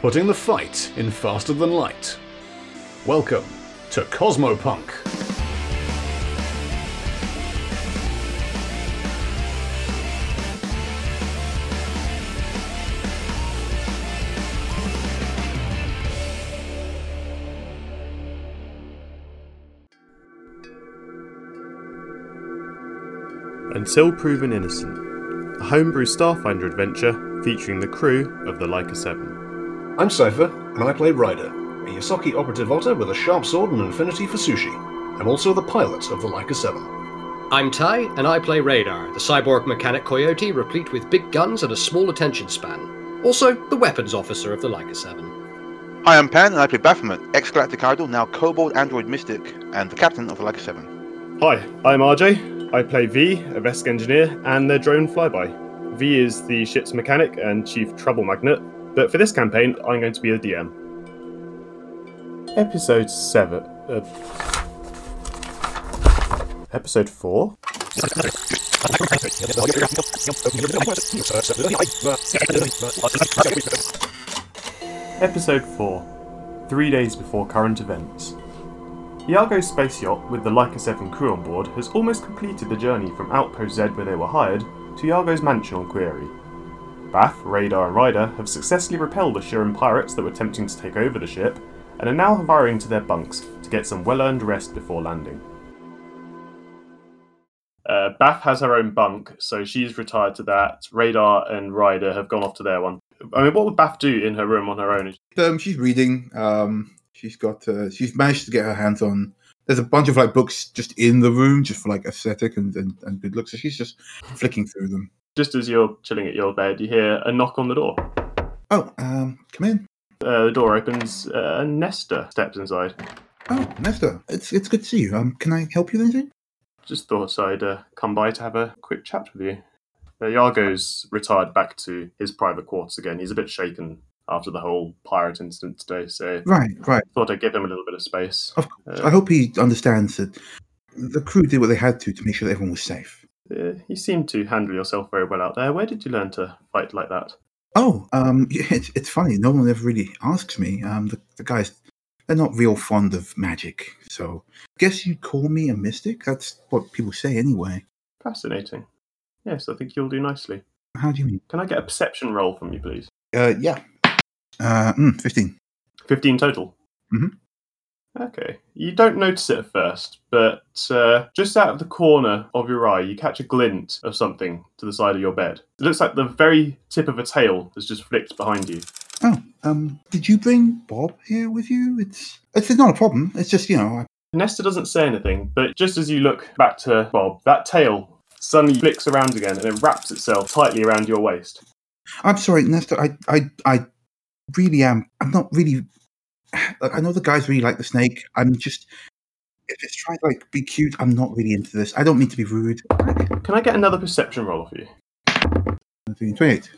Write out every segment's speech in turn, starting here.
putting the fight in faster than light. Welcome to Cosmopunk. Until Proven Innocent, a homebrew Starfinder adventure featuring the crew of the Leica 7. I'm Cypher, and I play Ryder, a Yasaki operative otter with a sharp sword and an affinity for sushi. I'm also the pilot of the Leica 7. I'm Ty, and I play Radar, the cyborg mechanic coyote replete with big guns and a small attention span. Also, the weapons officer of the Leica 7. Hi, I'm Pan, and I play Baphomet, ex-Galactic Idol, now Kobold Android Mystic, and the captain of the Leica 7. Hi, I'm RJ. I play V, a Vesk engineer, and their drone flyby. V is the ship's mechanic and chief trouble magnet, but for this campaign, I'm going to be the DM. Episode 7. Uh, episode 4? Episode 4 Three days before current events. Iago's space yacht with the Leica 7 crew on board has almost completed the journey from Outpost Z, where they were hired, to Iago's mansion on Query. Bath, Radar, and Ryder have successfully repelled the Shirin pirates that were attempting to take over the ship and are now hurrying to their bunks to get some well earned rest before landing. Uh, Bath has her own bunk, so she's retired to that. Radar and Ryder have gone off to their one. I mean, what would Bath do in her room on her own? Um, she's reading. Um, she's got. Uh, she's managed to get her hands on. There's a bunch of like books just in the room, just for like aesthetic and, and, and good look. So she's just flicking through them. Just as you're chilling at your bed, you hear a knock on the door. Oh, um, come in. Uh, the door opens uh, and Nesta steps inside. Oh, Nesta, it's it's good to see you. Um, can I help you with anything? Just thought I'd uh, come by to have a quick chat with you. Uh, Iago's retired back to his private quarters again. He's a bit shaken after the whole pirate incident today, so Right, right. thought I'd give him a little bit of space. Of course. I hope he understands that the crew did what they had to to make sure that everyone was safe. Uh, you seem to handle yourself very well out there. Where did you learn to fight like that? Oh, um, yeah, it's, it's funny. No one ever really asks me. Um, the, the guys, they're not real fond of magic, so guess you'd call me a mystic. That's what people say anyway. Fascinating. Yes, I think you'll do nicely. How do you mean? Can I get a perception roll from you, please? Uh, yeah. Uh, mm, 15. 15 total. Mhm. Okay. You don't notice it at first, but uh, just out of the corner of your eye, you catch a glint of something to the side of your bed. It looks like the very tip of a tail has just flicked behind you. Oh, um, did you bring Bob here with you? It's it's not a problem. It's just you know, I, Nesta doesn't say anything, but just as you look back to Bob, that tail suddenly flicks around again and it wraps itself tightly around your waist. I'm sorry, Nestor. I I I really am. I'm not really. I know the guys really like the snake. I'm just if it's trying to like be cute, I'm not really into this. I don't mean to be rude. Can I get another perception roll off you? 28.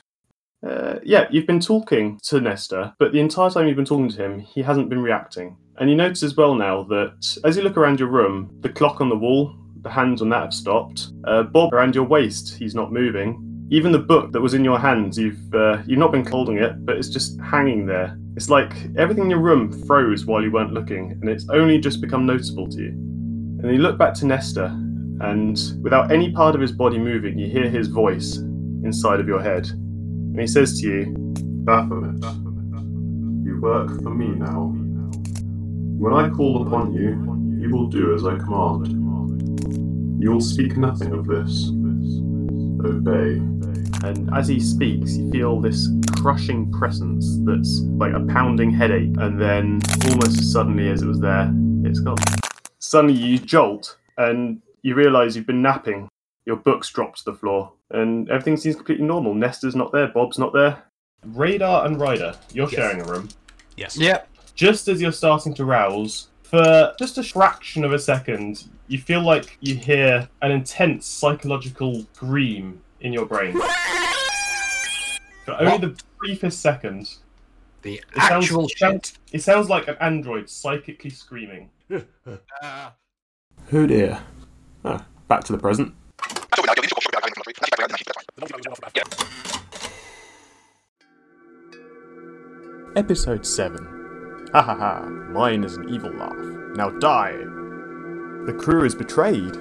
Uh, yeah, you've been talking to Nesta, but the entire time you've been talking to him, he hasn't been reacting. And you notice as well now that as you look around your room, the clock on the wall, the hands on that have stopped. Uh, Bob around your waist, he's not moving. Even the book that was in your hands, you've uh, you've not been holding it, but it's just hanging there. It's like everything in your room froze while you weren't looking, and it's only just become noticeable to you. And you look back to Nesta, and without any part of his body moving, you hear his voice inside of your head and he says to you, Baphomet, you work for me now. When I call upon you, you will do as I command. You will speak nothing of this. Obey. And as he speaks, you feel this crushing presence that's like a pounding headache, and then almost as suddenly as it was there, it's gone. Suddenly you jolt, and you realize you've been napping your books drop to the floor, and everything seems completely normal. Nesta's not there, Bob's not there. Radar and Ryder, you're sharing a room. Yes. Yep. Just as you're starting to rouse, for just a fraction of a second, you feel like you hear an intense psychological scream in your brain. For only the briefest second, The it sounds, actual it shit. sounds- it sounds like an android psychically screaming. Who dear? Oh, back to the present. Episode 7. Ha ha ha, mine is an evil laugh. Now die! The crew is betrayed.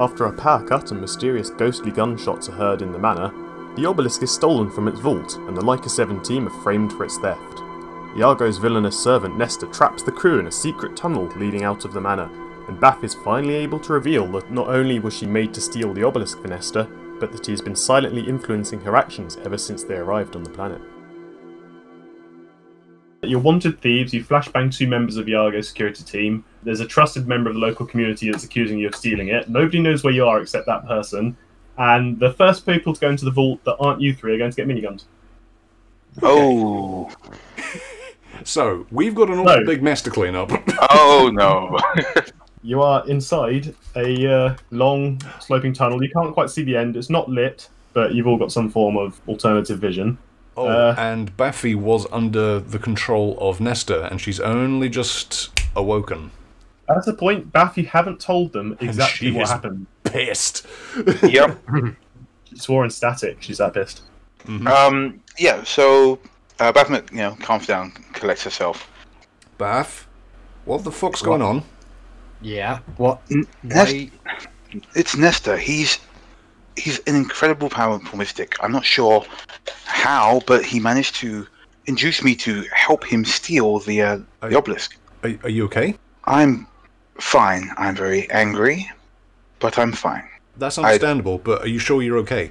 After a power cut and mysterious ghostly gunshots are heard in the manor, the obelisk is stolen from its vault and the Leica 7 team are framed for its theft. Iago's villainous servant Nesta traps the crew in a secret tunnel leading out of the manor, and Baff is finally able to reveal that not only was she made to steal the obelisk for Nesta, but that he has been silently influencing her actions ever since they arrived on the planet. You're wanted thieves. You flashbang two members of Iago's security team. There's a trusted member of the local community that's accusing you of stealing it. Nobody knows where you are except that person. And the first people to go into the vault that aren't you three are going to get miniguns. Oh, So, we've got an awful No. big mess to clean up. oh no! You are inside a uh, long, sloping tunnel. You can't quite see the end. It's not lit, but you've all got some form of alternative vision. oh, Uh. and Baffy was under the control of Nesta, and she's only just awoken. At the point, Baff, you haven't told them exactly she what is- happened. Pissed. yep. She swore in static. She's that pissed. Um, yeah. So uh, Baphomet, you know, calms down, collects herself. Baff, what the fuck's going on? Yeah. What? Mm. Nest- Why? it's Nesta. He's he's an incredible, powerful mystic. I'm not sure how, but he managed to induce me to help him steal the uh, I- the obelisk. Are, are you okay? I'm fine. I'm very angry, but I'm fine. That's understandable, but are you sure you're okay?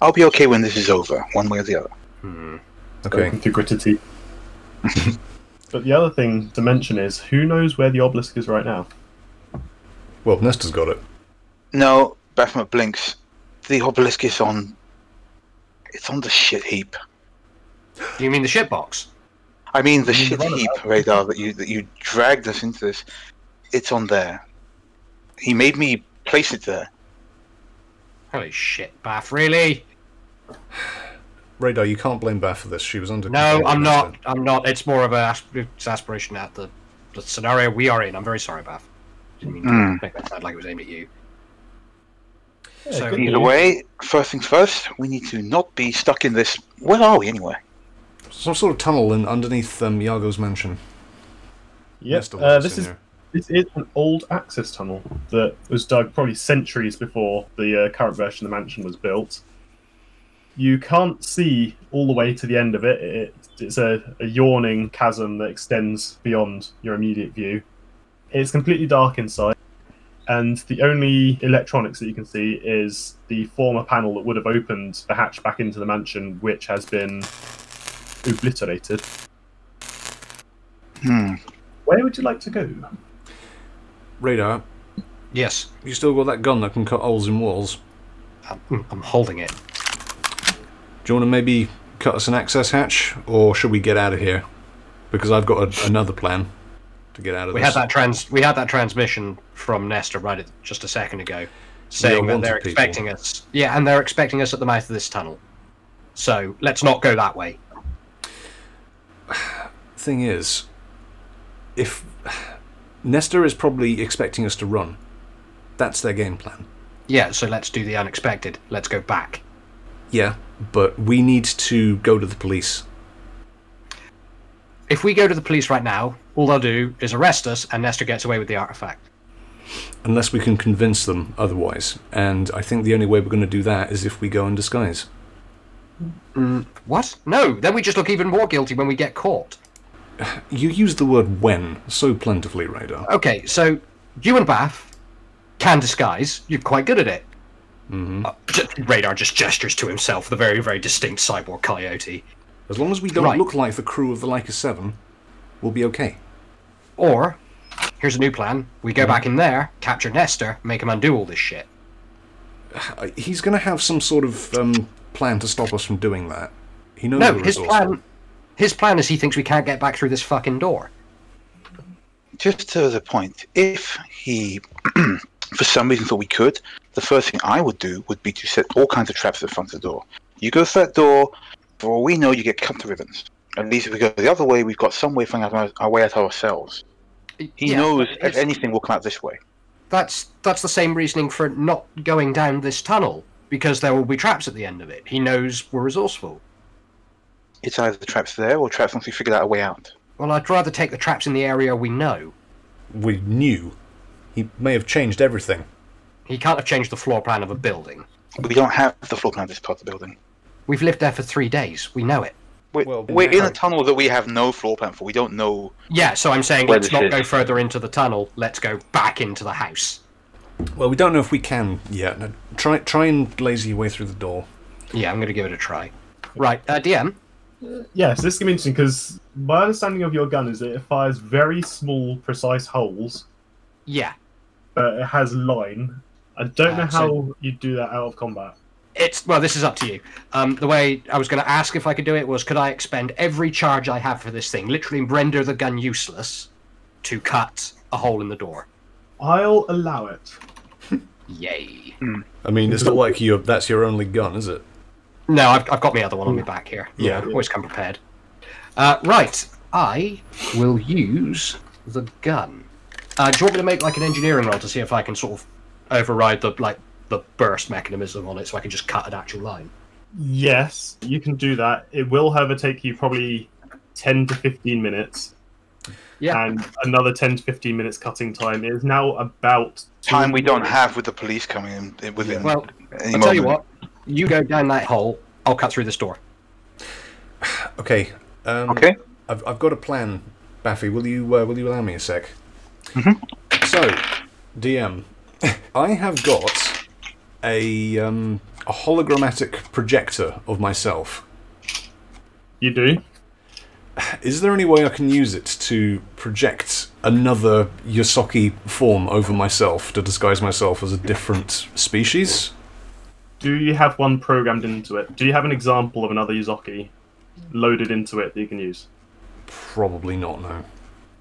I'll be okay when this is over, one way or the other. Okay. Through gritted teeth. but the other thing to mention is who knows where the obelisk is right now? Well, Nesta's got it. No, Baphomet blinks. The obelisk is on. It's on the shit heap. Do you mean the shitbox? I mean the shit heap radar that you that you dragged us into this. It's on there. He made me place it there. Holy shit, Baff, really? Radar, you can't blame Baff for this. She was under. No, control of I'm Nesta. not. I'm not. It's more of an exasperation at the, the scenario we are in. I'm very sorry, Baff. Didn't mean to Hmm. Mm. make that sound like it was aimed at you. Yeah, So- good Either news. way, first things first, we need to not be stuck in this. Where are we anyway? Some sort of tunnel in underneath um, Iago's mansion. Yep. Nesta Uh, walks this in is there. This is an old access tunnel that was dug probably centuries before the uh, current version of the mansion was built. You can't see all the way to the end of it. it it's a, a yawning chasm that extends beyond your immediate view. It's completely dark inside, and the only electronics that you can see is the former panel that would have opened the hatch back into the mansion, which has been obliterated. Hmm. Where would you like to go? Radar, Yes, you still got that gun that can cut holes in walls. I'm, Hmm, I'm holding it. Do you want to maybe cut us an access hatch, or should we get out of here? Because I've got a, another plan to get out of We had this. that trans. We had that transmission from Nesta right at, just a second ago, saying that wanted they're people. expecting us. Yeah, and they're expecting us at the mouth of this tunnel. So let's not go that way. Thing is, if Nesta is probably expecting us to run, that's their game plan. Yeah, so let's do the unexpected. Let's go back. Yeah, but we need to go to the police. If we go to the police right now, all they'll do is arrest us, and Nesta gets away with the artifact. unless we can convince them otherwise. And I think the only way we're going to do that is if we go in disguise. What? No, then we just look even more guilty when we get caught. You use the word when so plentifully, Radar. Okay, so you and Bath can disguise. You're quite good at it. Uh, j- Radar just gestures to himself, the very, very distinct cyborg coyote. As long as we don't Right. look like the crew of the Leica 7, we'll be okay. Or, here's a new plan. We go back in there, capture Nestor, make him undo all this shit. Uh, He's going to have some sort of um, plan to stop us from doing that. He knows No, we're his resourceful. plan... His plan is he thinks we can't get back through this fucking door. Just to the point, if he, for some reason, thought we could, the first thing I would do would be to set all kinds of traps in front of the door. You go through that door, for all we know, you get cut to ribbons. At least if we go the other way, we've got some way of finding our, our way out ourselves. He Yeah, knows but if it's- anything will come out this way. that's that's the same reasoning for not going down this tunnel because there will be traps at the end of it. He knows we're resourceful. It's either the traps there or traps once we figured out a way out. Well, I'd rather take the traps in the area we know. We knew. He may have changed everything. He can't have changed the floor plan of a building. We don't have the floor plan of this part of the building. We've lived there for three days. We know it. We're, Well, we're in no. a tunnel that we have no floor plan for. We don't know. Yeah, so I'm saying Where let's this not is. go further into the tunnel. Let's go back into the house. Well, we don't know if we can yet. No, try, try and lazy your way through the door. Yeah, I'm going to give it a try. Right, uh, DM. Yeah, so this is going to be interesting because my understanding of your gun is that it fires very small, precise holes, Yeah, but it has line. I don't know Uh, so- how you do that out of combat. it's well. This is up to you. Um, the way I was going to ask if I could do it was, could I expend every charge I have for this thing, literally render the gun useless, to cut a hole in the door? I'll allow it. Yay! I mean, it's not like you that's your only gun, is it? No, I've, I've got my other one on my back here. Yeah. You know, always come prepared. Uh, right, I will use the gun. Uh, do you want me to make like an engineering roll to see if I can sort of override the like the burst mechanism on it, so I can just cut an actual line? Yes, you can do that. It will, however, take you probably 10 to 15 minutes. Yeah. Uh, And another 10 to 15 minutes cutting time It is now about. Time we don't have with the police coming in in- within. Well, any I'll tell you moment. what. You go down that hole. I'll cut through this door. Okay. Um, Okay. I've, I've got a plan, Baffy. Will you uh, will you allow me a sec? Mm-hmm. So, DM, I have got a um, a hologrammatic projector of myself. You do? Is there any way I can use it to project another Yosaki form over myself to disguise myself as a different species? Do you have one programmed into it? Do you have an example of another Yuzoki loaded into it that you can use? Probably not. No.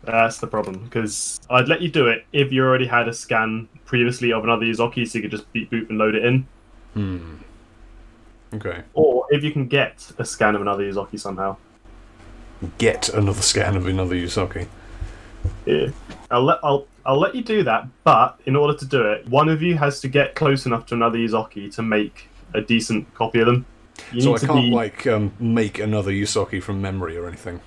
That's the problem, because I'd let you do it if you already had a scan previously of another Yuzoki, so you could just beat boop and load it in. Okay. Or if you can get a scan of another Yuzoki somehow. Get another scan of another Yosaki. Yeah. I'll let I'll I'll let you do that, but in order to do it, one of you has to get close enough to another Yuzoki to make a decent copy of them. You So need I to can't be- like um, make another Yosaki from memory or anything.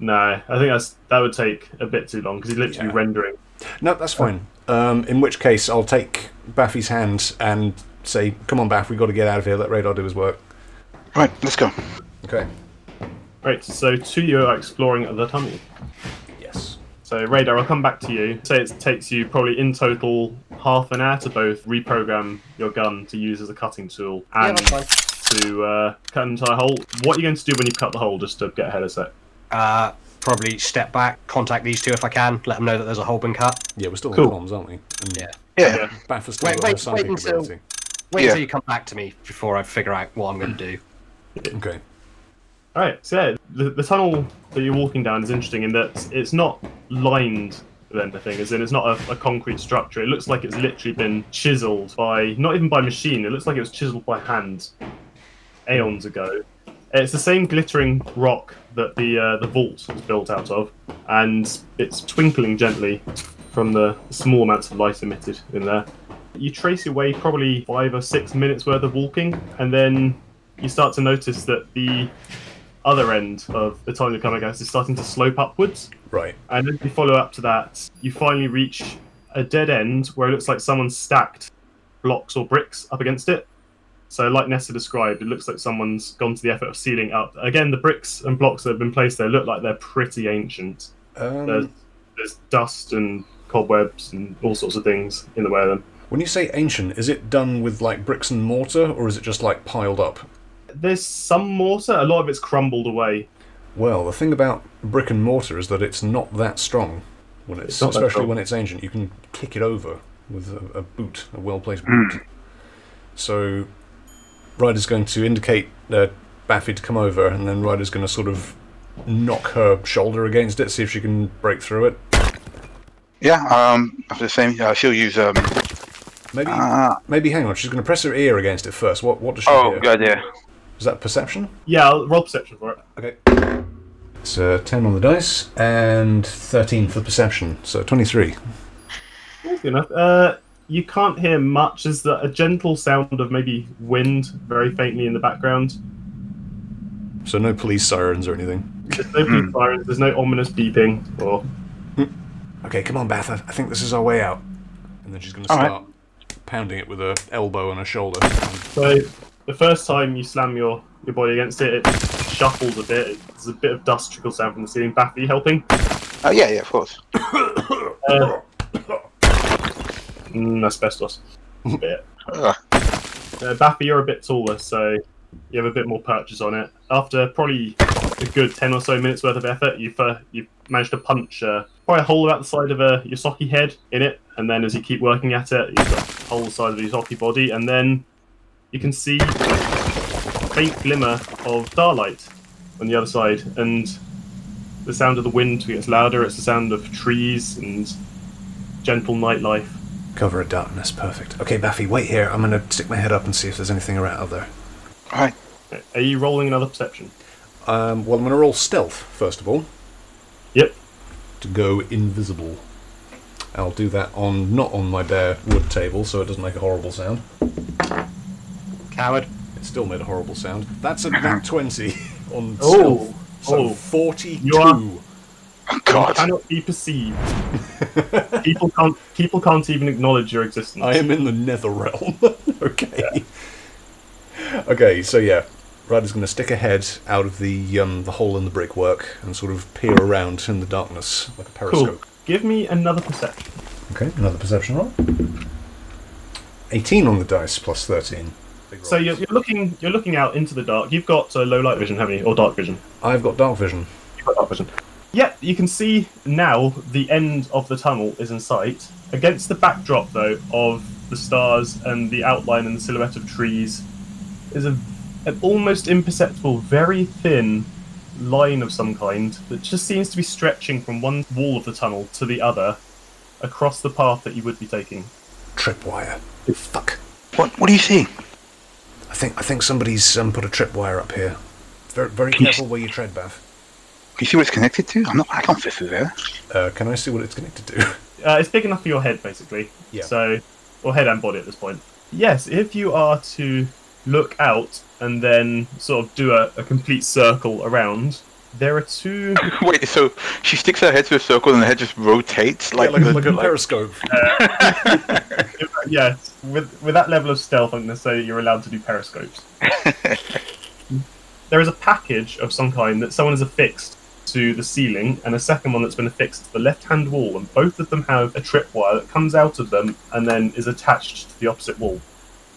No, I think that's that would take a bit too long because he's literally Yeah. rendering. No, that's fine. Um, in which case, I'll take Baffy's hand and say, "Come on, Baff, we got to get out of here. Let radar do his work." Right, let's go. Okay. Right, so two you are exploring the tunnel. Yes. So radar, I'll come back to you. Say it takes you probably in total half an hour to both reprogram your gun to use as a cutting tool and to uh, cut an entire hole. What are you going to do when you cut the hole? Just to get ahead a sec. Uh, probably step back, contact these two if I can, let them know that there's a hole been cut. Yeah, we're still Cool. on comms, aren't we? And Yeah. Yeah. Yeah. Baff has still Wait, got wait, her psychic wait until- ability. Wait Yeah. until you come back to me before I figure out what I'm going to do. Okay. All right. So yeah, the, the tunnel that you're walking down is interesting in that it's not lined with anything, as in it's not a, a concrete structure. It looks like it's literally been chiseled by not even by machine. It looks like it was chiseled by hand aeons ago. It's the same glittering rock that the uh, the vault was built out of, and it's twinkling gently from the small amounts of light emitted in there. You trace your way probably five or six minutes worth of walking, and then you start to notice that the other end of the tunnel you're coming against is starting to slope upwards. Right. And if you follow up to that, you finally reach a dead end where it looks like someone stacked blocks or bricks up against it. So, like Nessa described, it looks like someone's gone to the effort of sealing up. Again, the bricks and blocks that have been placed there look like they're pretty ancient. There's, Um, there's dust and cobwebs and all sorts of things in the way of them. when you say ancient, is it done with like bricks and mortar, or is it just like piled up? There's some mortar, a lot of it's crumbled away. Well, the thing about brick and mortar is that it's not that strong when it's, not that especially strong. when it's ancient. You can kick it over with a, a boot, a well placed boot. So, Ryder's going to indicate uh, Baffy to come over, and then Ryder's going to sort of knock her shoulder against it, see if she can break through it. Yeah. Um. After the same, uh, she'll use um. Maybe, Uh, maybe. Hang on. She's going to press her ear against it first. What? What does she Oh, hear? good idea. Is that perception? Yeah, I'll roll perception for it. Okay. It's uh, ten on the dice and thirteen for perception, so twenty-three. Easy enough. Uh, you can't hear much. Is that a gentle sound of maybe wind, very faintly in the background? So no police sirens or anything. There's no beep sirens, there's no ominous beeping, or Okay, come on, Bath. I, I think this is our way out. And then she's going to All right. start pounding it with her elbow and her shoulder. So the first time you slam your, your body against it, it shuffles a bit. There's a bit of dust trickles down from the ceiling. Bath, are you helping? Uh, yeah, yeah, of course. Uh, mm, asbestos. bit. Ugh. Uh, Baffy, you're a bit taller, so you have a bit more purchase on it. After probably a good ten or so minutes worth of effort, you've uh, you've managed to punch uh, probably a hole about the side of uh, your socky head in it, and then as you keep working at it, you've got a hole the size of your socky body, and then you can see a faint glimmer of starlight on the other side, and the sound of the wind gets louder. It's the sound of trees and gentle nightlife. Cover of darkness, perfect. Okay, Baffy, wait here. I'm going to stick my head up and see if there's anything around out there. All right. Are you rolling another perception? Um, well, I'm going to roll stealth, first of all, Yep. to go invisible. I'll do that on not on my bare wood table, so it doesn't make a horrible sound. Coward. It still made a horrible sound. That's a nat 20 on Oh, stealth. So oh. 42. You are- Oh, You God. cannot be perceived. people can't. People can't even acknowledge your existence. I am in the nether realm. okay. Okay, so yeah. Ryder's going to stick a head out of the um, the hole in the brickwork and sort of peer around in the darkness like a cool. periscope. Give me another perception. Okay, another perception roll. 18 on the dice plus 13. Big So roll. you're, you're looking. You're looking out into the dark. You've got uh, low light vision, haven't you, or dark vision? I've got dark vision. You've got dark vision. Yep. You can see now the end of the tunnel is in sight. Against the backdrop, though, of the stars and the outline and the silhouette of trees, is a an almost imperceptible, very thin line of some kind that just seems to be stretching from one wall of the tunnel to the other across the path that you would be taking. Tripwire. Oh, Fuck. What, what do you see? I think I think somebody's um, put a tripwire up here. Very, very Can you- careful where you tread, Bath. Do you see what it's connected to? I'm not, I can't fit through there. Uh, can I see what it's connected to? Uh, it's big enough for your head, basically. Yeah. So, or head and body at this point. Yes, if you are to look out and then sort of do a, a complete circle around, there are two. Wait, so she sticks her head through a circle and the head just rotates like, Yeah, like, the- like a periscope. yeah, with with that level of stealth, I'm going to say you're allowed to do periscopes. there is a package of some kind that someone has affixed to the ceiling, and a second one that's been affixed to the left-hand wall, and both of them have a tripwire that comes out of them and then is attached to the opposite wall.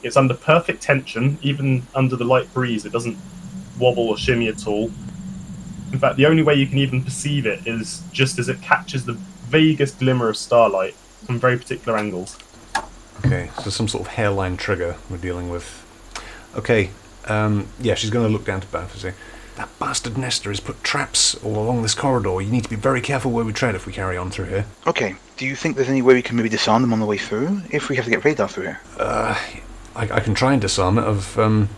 It's under perfect tension, even under the light breeze. It doesn't wobble or shimmy at all. In fact, the only way you can even perceive it is just as it catches the vaguest glimmer of starlight from very particular angles. Okay, so some sort of hairline trigger we're dealing with. Okay, um, yeah, she's going to look down to Bath and say, That bastard Nestor has put traps all along this corridor. You need to be very careful where we tread if we carry on through here. Okay, do you think there's any way we can maybe disarm them on the way through if we have to get radar through here? I, I can try and disarm it. I've, um,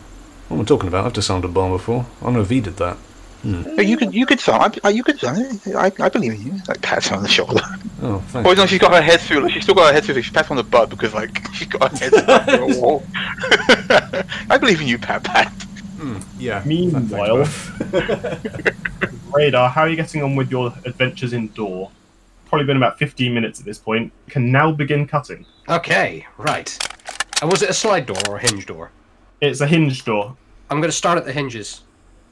what am I talking about? I've disarmed a bomb before. I know V did that. Hey, You could, you could disarm. I, you could disarm. it. I, I believe in you. Like pats her on the shoulder. Oh, Oh thanks. no, she's got her head through. Like, she's still got her head through. She pats on the butt because like she's got her head through a wall. I believe in you, Pat. Pat. Yeah. Meanwhile- thanks, Bath. Radar, how are you getting on with your adventures indoor? Probably been about 15 minutes at this point. Can now begin cutting. Okay, right. And was it a slide door or a hinge door? It's a hinge door. I'm going to start at the hinges.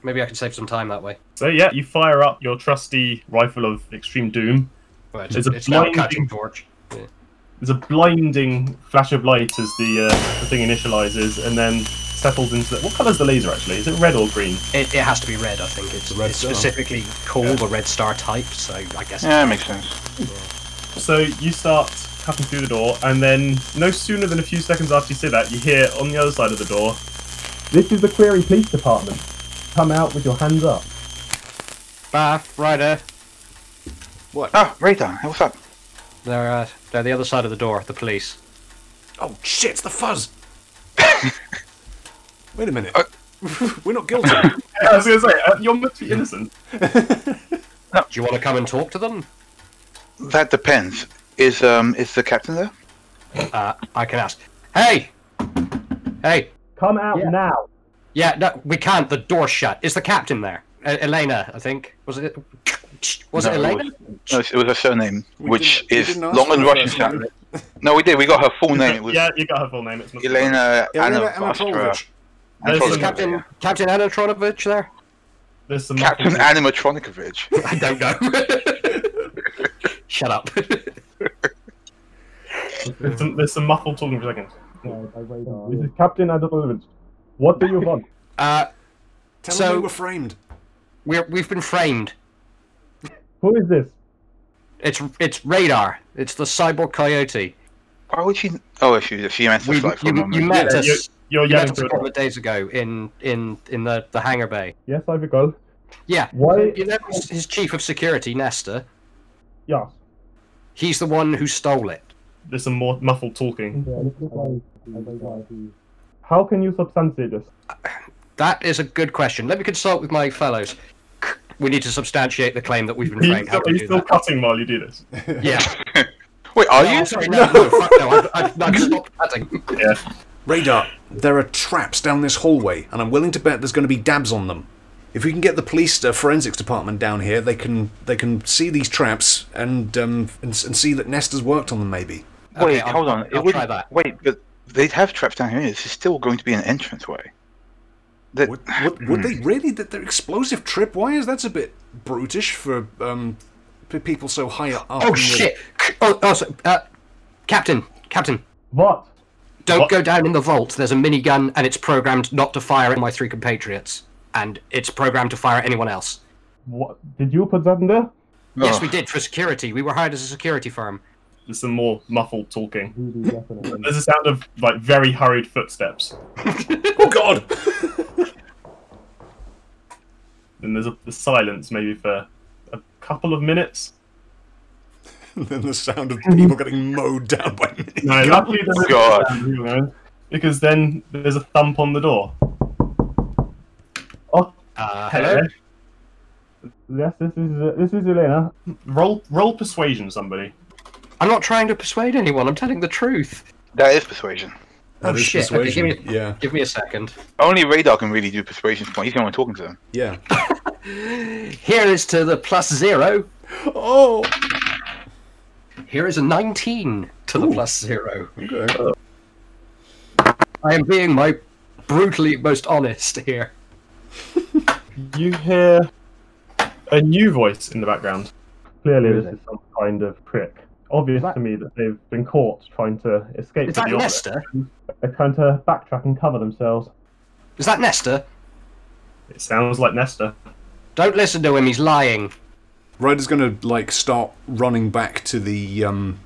Maybe I can save some time that way. So, yeah, you fire up your trusty rifle of extreme doom. Well, It's a it's now a blinding- cutting torch. There's a blinding flash of light as the, uh, the thing initializes and then settles into the. What colour's the laser actually? Is it red or green? It, it has to be red, I think. It's, red it's star. specifically called a red star type, so I guess. Yeah, that makes sense. So you start cutting through the door, and then no sooner than a few seconds after you say that, you hear on the other side of the door, "This is the Query Police Department. Come out with your hands up." Bath, Ryder, Ah, radar. What's up? they're, uh, they're the other side of the door, the police. oh, shit, it's the fuzz! Wait a minute. Uh, We're not guilty. I was going to say, uh, you're meant to be innocent. Do you want to come and talk to them? That depends. Is um is the captain there? Uh, I can ask. Hey! Hey! Come out now. Yeah, no, we can't. The door's shut. Is the captain there? Uh, Elena, I think. Was it? Was it No, Elena? It was, it was her surname, We which didn't- we is didn't ask long and her Russian first name. sounding. No, we did. We got her full name. It was yeah, you got her full name. It's not Elena Elena Anna Anatolovich. There's Is some, Anatolovich. Captain Captain Anatronovich there? there's some Captain muffled- Animatronikovich. I don't know. Shut up. There's some, there's some muffled talking for a second. This is Captain Adamovich. What do you want? Uh, Tell So- me we were framed. we're we've been framed. Who is this? It's it's radar. It's the cyborg coyote. Why would she? Oh, she she meant to We, fly for a you, moment. you met Yeah, us. you- You're you met yelling us a to couple of days ago in in in the the hangar bay. Yes, I recall. Yeah. Why? You know his- his chief of security, Nesta. Yes. He's the one who stole it. There's some more muffled talking. How can you substantiate this? That is a good question. Let me consult with my fellows. We need to substantiate the claim that we've been Are you framed. How still, do we do that? cutting while you do this? Yeah. Wait, are No, you? I'm sorry, no, no, fuck no. I've, I've, I've stopped cutting. Radar, there are traps down this hallway, and I'm willing to bet there's going to be dabs on them. If we can get the police uh, forensics department down here, they can they can see these traps and um and, s- and see that Nesta's worked on them. Maybe Wait, I'll- hold on. I'll wouldn't- try that. Wait, but they'd have traps down here. This is still going to be an entrance way. That, would, would, would Hmm. they really? That they're explosive tripwires? That's a bit brutish for um for people so high up. in Oh the- shit! Oh, oh so, uh, Captain, Captain, What? don't What? go down in the vault. There's a minigun, and it's programmed not to fire at my three compatriots, and it's programmed to fire at anyone else. What? Did you put that in there? Yes, Oh. we did for security. We were hired as a security firm. There's some more muffled talking. There's a sound of like very hurried footsteps. Oh god! Then there's a the silence, maybe for a couple of minutes. and then the sound of Mm-hmm. people getting mowed down by Oh, No, luckily there's God. because then there's a thump on the door. Oh, Uh, hello. Yes, this is uh, this is Elena. Roll roll persuasion, somebody. I'm not trying to persuade anyone. I'm telling the truth. that is persuasion. That oh is shit! Okay, give persuasion. me, Yeah, give me a second. Only Radar can really do persuasion. Point. He's the only one talking to them. yeah. Here is to the plus zero. Oh, Here is a 19 to the plus zero. okay. I am being my brutally most honest here. You hear a new voice in the background. Clearly, this is some kind of prick. Obvious That- to me that they've been caught trying to escape Is from that the office. Nesta? They're trying to backtrack and cover themselves. Is that Nesta? It sounds like Nesta. Don't listen to him. He's lying. Ryder's gonna like start running back to the um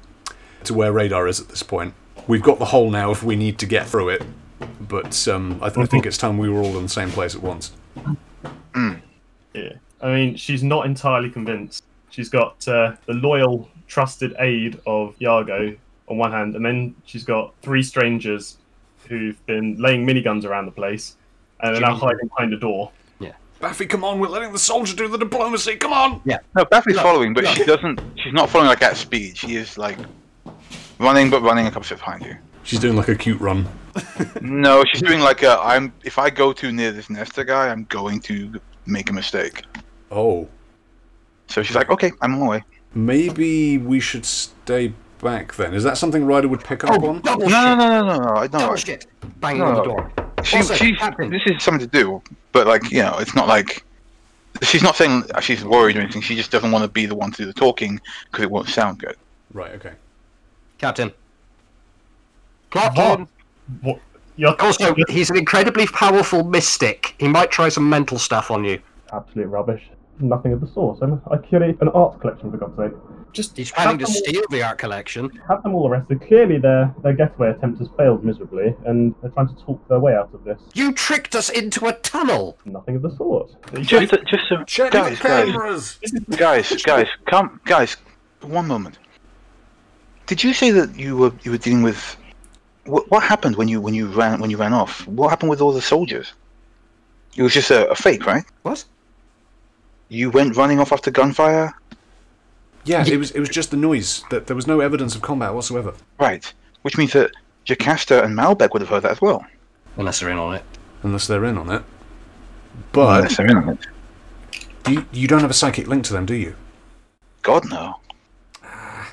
to where radar is at this point. We've got the hole now if we need to get through it, but um I, th- I think it's time we were all in the same place at once. Yeah. I mean, she's not entirely convinced. She's got uh, the loyal, trusted aid of Yargo on one hand, and then she's got three strangers who've been laying miniguns around the place and are now hiding behind a door. Baffy, come on, we're letting the soldier do the diplomacy. Come on. No, Baffy's following, but she doesn't. She's not following like at speed. She is like running, but running a couple steps behind you. She's doing like a cute run. No, she's doing like a. I'm. If I go too near this Nesta guy, I'm going to make a mistake. Oh, So she's like, okay, I'm on my way. maybe we should stay back then. Is that something Ryder would pick up on? double No, no, no, no, no, no. I Double know. shit. Banging No, on the no. door. She, Also, she's, Captain. this is something to do, but like you know, it's not like she's not saying she's worried or anything. She just doesn't want to be the one to do the talking because it won't sound good. Right. Okay. Captain. Clock What? on. What? You're Also, he's an incredibly powerful mystic. He might try some mental stuff on you. absolute rubbish. Nothing of the sort. I'm, I curate an art collection, for God's sake. Just He's planning to steal the art collection. have them all arrested. Clearly, their, their getaway attempt has failed miserably, and they're trying to talk their way out of this. You tricked us into a tunnel. Nothing of the sort. Just, just so, Check guys, the guys, cameras. guys, guys, come, guys, one moment. Did you say that you were you were dealing with? What, what happened when you when you ran when you ran off? What happened with all the soldiers? It was just a, a fake, right? What? You went running off after gunfire, Yeah, it was it was just the noise. That there was no evidence of combat whatsoever. right? Which means that Jocasta and Malbec would have heard that as well. Unless they're in on it. unless they're in on it. But Unless they're in on it. you, you don't have a psychic link to them, do you? God, no.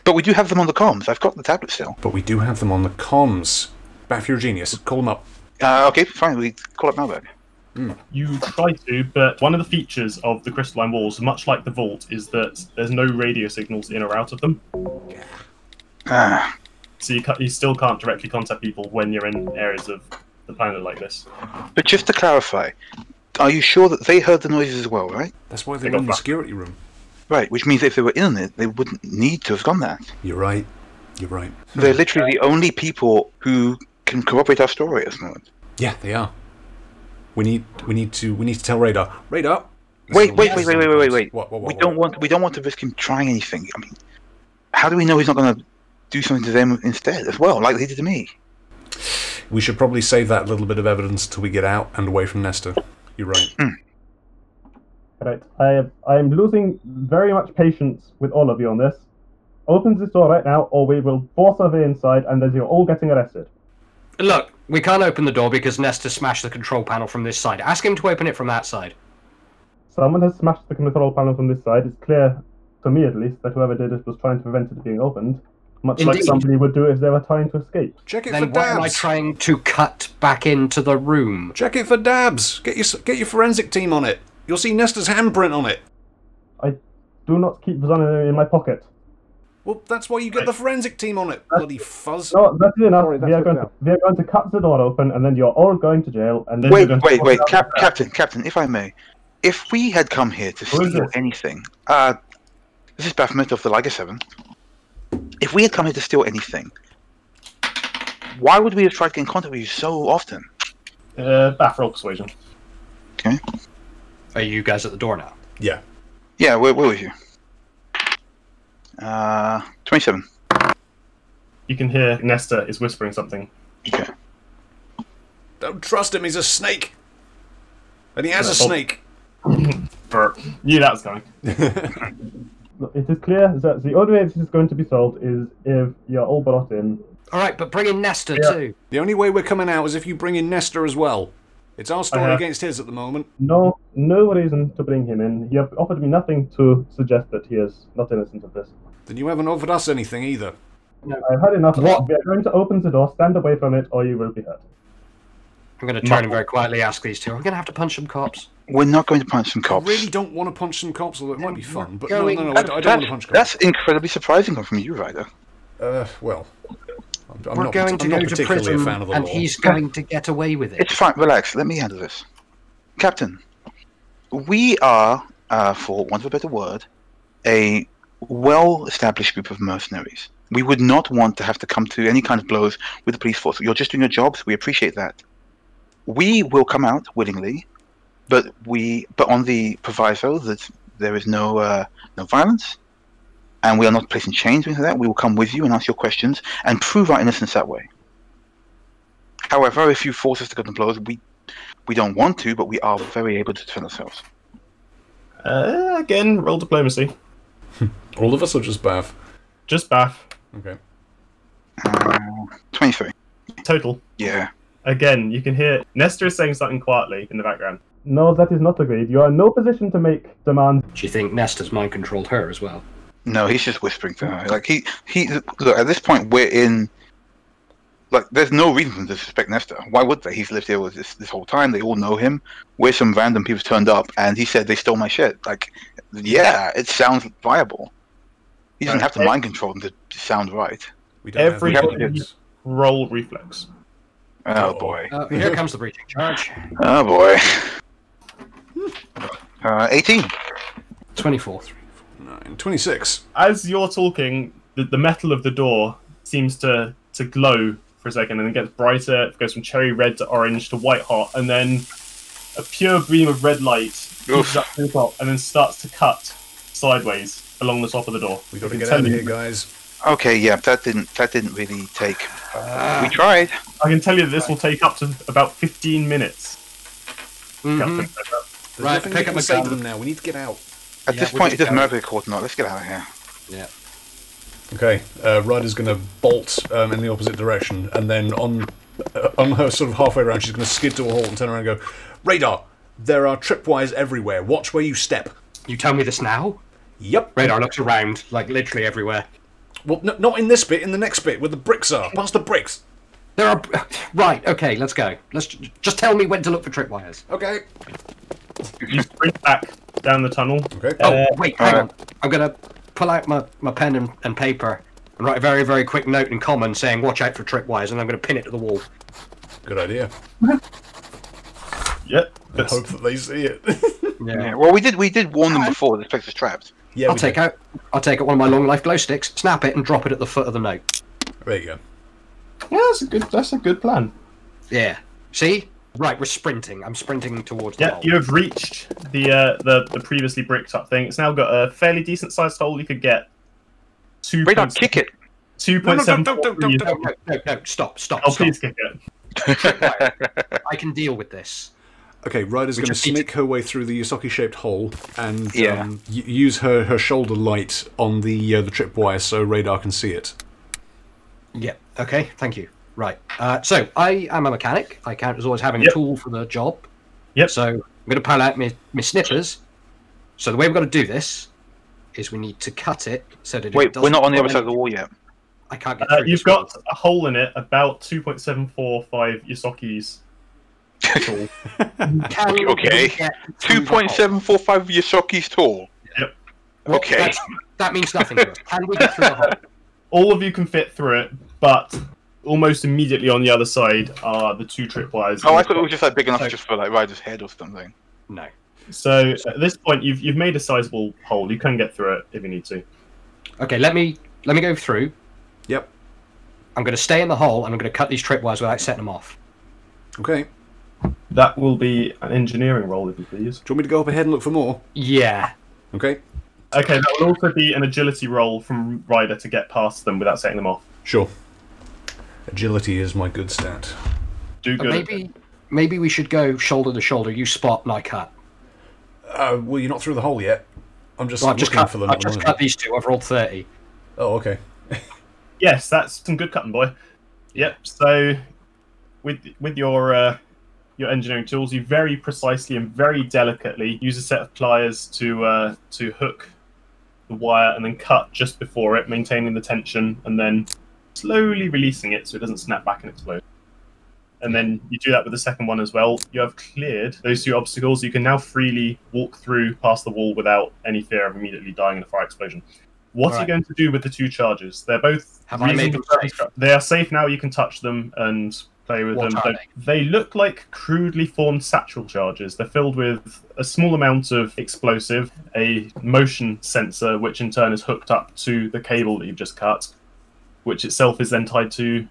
But we do have them on the comms. I've got the tablet still. But we do have them on the comms. Baff, you're a genius. Call them up. Uh, okay, fine. We call up Malberg. You try to, but one of the features of the crystalline walls, much like the vault, is that there's no radio signals in or out of them. Ah, So you, ca- you still can't directly contact people when you're in areas of the planet like this. but just to clarify, are you sure that they heard the noises as well, right? That's why they They were got in the back. security room. Right, which means if they were in it, they wouldn't need to have gone there. You're right. You're right. They're literally the only people who can corroborate our story at this moment. Yeah, they are. We need we need to we need to tell Radar. Radar. this Wait, is a- wait, this wait, is wait, a- wait, wait, wait, wait. What, what, we what, don't what? want we don't want to risk him trying anything. I mean, how do we know he's not going to do something to them instead as well, like he did to me? We should probably save that little bit of evidence till we get out and away from Nesta. You're right. Hmm. Right, I am, I am losing very much patience with all of you on this. Open this door right now, or we will force our way inside, and then you're all getting arrested. Look, we can't open the door because Nesta smashed the control panel from this side. Ask him to open it from that side. Someone has smashed the control panel from this side. It's clear, to me at least, that whoever did it was trying to prevent it being opened, much like Indeed. somebody would do if they were trying to escape. Check it for Then why am I dabs. trying to cut back into the room? Check it for dabs. Get your s- get your forensic team on it. You'll see Nesta's handprint on it. I do not keep Zana in my pocket. Well, that's why you get the forensic team on it. Bloody fuzz. No, that is enough. Sorry, that's we, are good going now. to, we are going to cut the door open, and then you're all going to jail, and then Wait, you're going wait, to wait, Cap- Captain, Captain, if I may, if we had come here to Who is steal this? anything, uh, this is Baphomet of the Liger Seven. If we had come here to steal anything, why would we have tried to get in contact with you so often? Uh, bath roll persuasion. Okay. Are you guys at the door now? Yeah. Yeah, we're, we're with you. Uh, twenty-seven. You can hear Nesta is whispering something. Okay. Don't trust him. He's a snake. And he has a Oh. snake. Brr. Knew that was coming. It is clear that the only way this is going to be solved is if you're all brought in. All right, but bring in Nesta Yeah. too. The only way we're coming out is if you bring in Nesta as well. It's our story Uh-huh. against his at the moment. No, no reason to bring him in. You have offered me nothing to suggest that he is not innocent of this. Then you haven't offered us anything either. I've had enough. What? We are going to open the door. Stand away from it, or you will be hurt. I'm going to turn and very quietly ask these two. I'm going to have to punch some cops. We're not going to punch some I cops. really don't want to punch some cops, although it might be fun. But no, Going- no, no, I, That- I don't want that's, to punch cops. that's incredibly surprising from you, Ryder. Uh, well, I'm, I'm We're not, going I'm to not go to particularly prison, a fan of the and law. he's going to get away with it. It's fine. Relax. Let me handle this, Captain. We are, uh, for want of a better word, a well-established group of mercenaries. We would not want to have to come to any kind of blows with the police force. You're just doing your jobs. We appreciate that. We will come out willingly, but we, but on the proviso that there is no uh, no violence, and we are not placing chains or anything like that. We will come with you and ask your questions and prove our innocence that way. However, if you force us to cut the blows, we we don't want to, but we are very able to defend ourselves. Uh, again, roll diplomacy. All of us are just Bav. Just Bath. Okay. Uh, Twenty-three. Total. Yeah. Again, you can hear Nestor is saying something quietly in the background. No, that is not agreed. You are in no position to make demands. Do you think Nesta's mind controlled her as well? No, he's just whispering to her. Like he he look at this point we're in. Like there's no reason to suspect Nestor. Why would they? He's lived here with this this whole time. They all know him. We're some random people turned up, and he said they stole my shit. Like, yeah, it sounds viable. He doesn't have to Okay. mind control them to, to sound right. We don't have Every- any Yeah, evidence. Roll reflex. Oh Oh. boy. Uh, here comes the breaching charge. Oh boy. Uh, Eighteen. 24. Nine, 26. As you're talking, the, the metal of the door seems to, to glow for a second and it gets brighter. It goes from cherry red to orange to white hot, and then a pure beam of red light comes up to the top and then starts to cut sideways along the top of the door. we got to You can get tell out of you- here, guys. Okay, yeah, that didn't that didn't really take. Uh, we tried. I can tell you that this will take up to about 15 minutes. Mhm. There's Right, nothing pick we can up a say to gun. them now. We need to get out. At Yeah, this we point, just it doesn't got matter if they caught or not. Let's get out of here. Yeah. Okay, uh, Ryder's going to bolt um, in the opposite direction, and then on uh, on her sort of halfway around, she's going to skid to a halt and turn around and go, Radar, there are tripwires everywhere. Watch where you step. You tell me this now? Yep. Radar looks around, like literally everywhere. Well, n- not in this bit, in the next bit, where the bricks are. Past the bricks. There are. Right, okay, let's go. Let's j- Just tell me when to look for tripwires. Okay. You sprint back down the tunnel. Okay. Oh, Uh, wait, hang alright. on. I'm going to pull out my, my pen and, and paper and write a very, very quick note in common saying, watch out for tripwires, and I'm going to pin it to the wall. Good idea. Yep. I That's, hope that they see it. Yeah, well, we did we did warn them before that Spectre's trapped. yeah, I'll we take do. out I'll take out one of my long life glow sticks, snap it, and drop it at the foot of the note. There you go. yeah, that's a good. That's a good plan. Yeah. See? Right, we're sprinting. I'm sprinting towards the Yeah, hole. you have reached the uh, the the previously bricked up thing. It's now got a fairly decent sized hole. You could get two. Radar, kick it. Two No, point no, seven. don't, don't, don't, No, no, no, no, stop, stop, Oh, stop. please kick it. I can deal with this. Okay, Ryder's going to just need sneak her way through the Yosaki-shaped hole and Yeah. um, y- use her, her shoulder light on the uh, the tripwire so radar can see it. Yep. Okay. Thank you. Right. Uh, so I am a mechanic. I count as always having a Yep. tool for the job. Yep. So I'm going to pull out my, my snippers. So the way we're going to do this is we need to cut it so that it Wait, we're doesn't- not on the other side of the wall yet. I can't get. Uh, through you've this wall. got a hole in it about two point seven four five Yosokis. tall. Can Okay, we okay. get through Two the hole? point seven four five Yoshoki's tall. Well, okay. that's- That means nothing to us. Can we get through the hole? All of you can fit through it, but almost immediately on the other side are the two tripwires. Oh, I thought it was just like big enough So- just for like Ryder's head or something. No. So at this point, you've you've made a sizable hole. You can get through it if you need to. Okay. Let me let me go through. Yep. I'm going to stay in the hole and I'm going to cut these tripwires without setting them off. Okay. That will be an engineering roll, if you please. Do you want me to go up ahead and look for more? Yeah. Okay. Okay, that will also be an agility roll from Ryder to get past them without setting them off. Sure. Agility is my good stat. Do But good. maybe maybe we should go shoulder to shoulder. You spot and I cut. Uh, well, you're not through the hole yet. I'm just So I've looking just cut. for them. I've at the just cut moment. these two. I've rolled thirty. Oh, okay. Yes, that's some good cutting, boy. Yep. So, with with your uh, your engineering tools, you very precisely and very delicately use a set of pliers to uh, to hook the wire and then cut just before it, maintaining the tension, and then slowly releasing it so it doesn't snap back and explode. And then you do that with the second one as well. You have cleared those two obstacles. You can now freely walk through past the wall without any fear of immediately dying in a fire explosion. What are you Alright. going to do with the two charges? They're both Have I made them reasonably- safe? They are safe now. You can touch them and play with What them. are They- they look like crudely formed satchel charges. They're filled with a small amount of explosive, a motion sensor, which in turn is hooked up to the cable that you've just cut, which itself is then tied to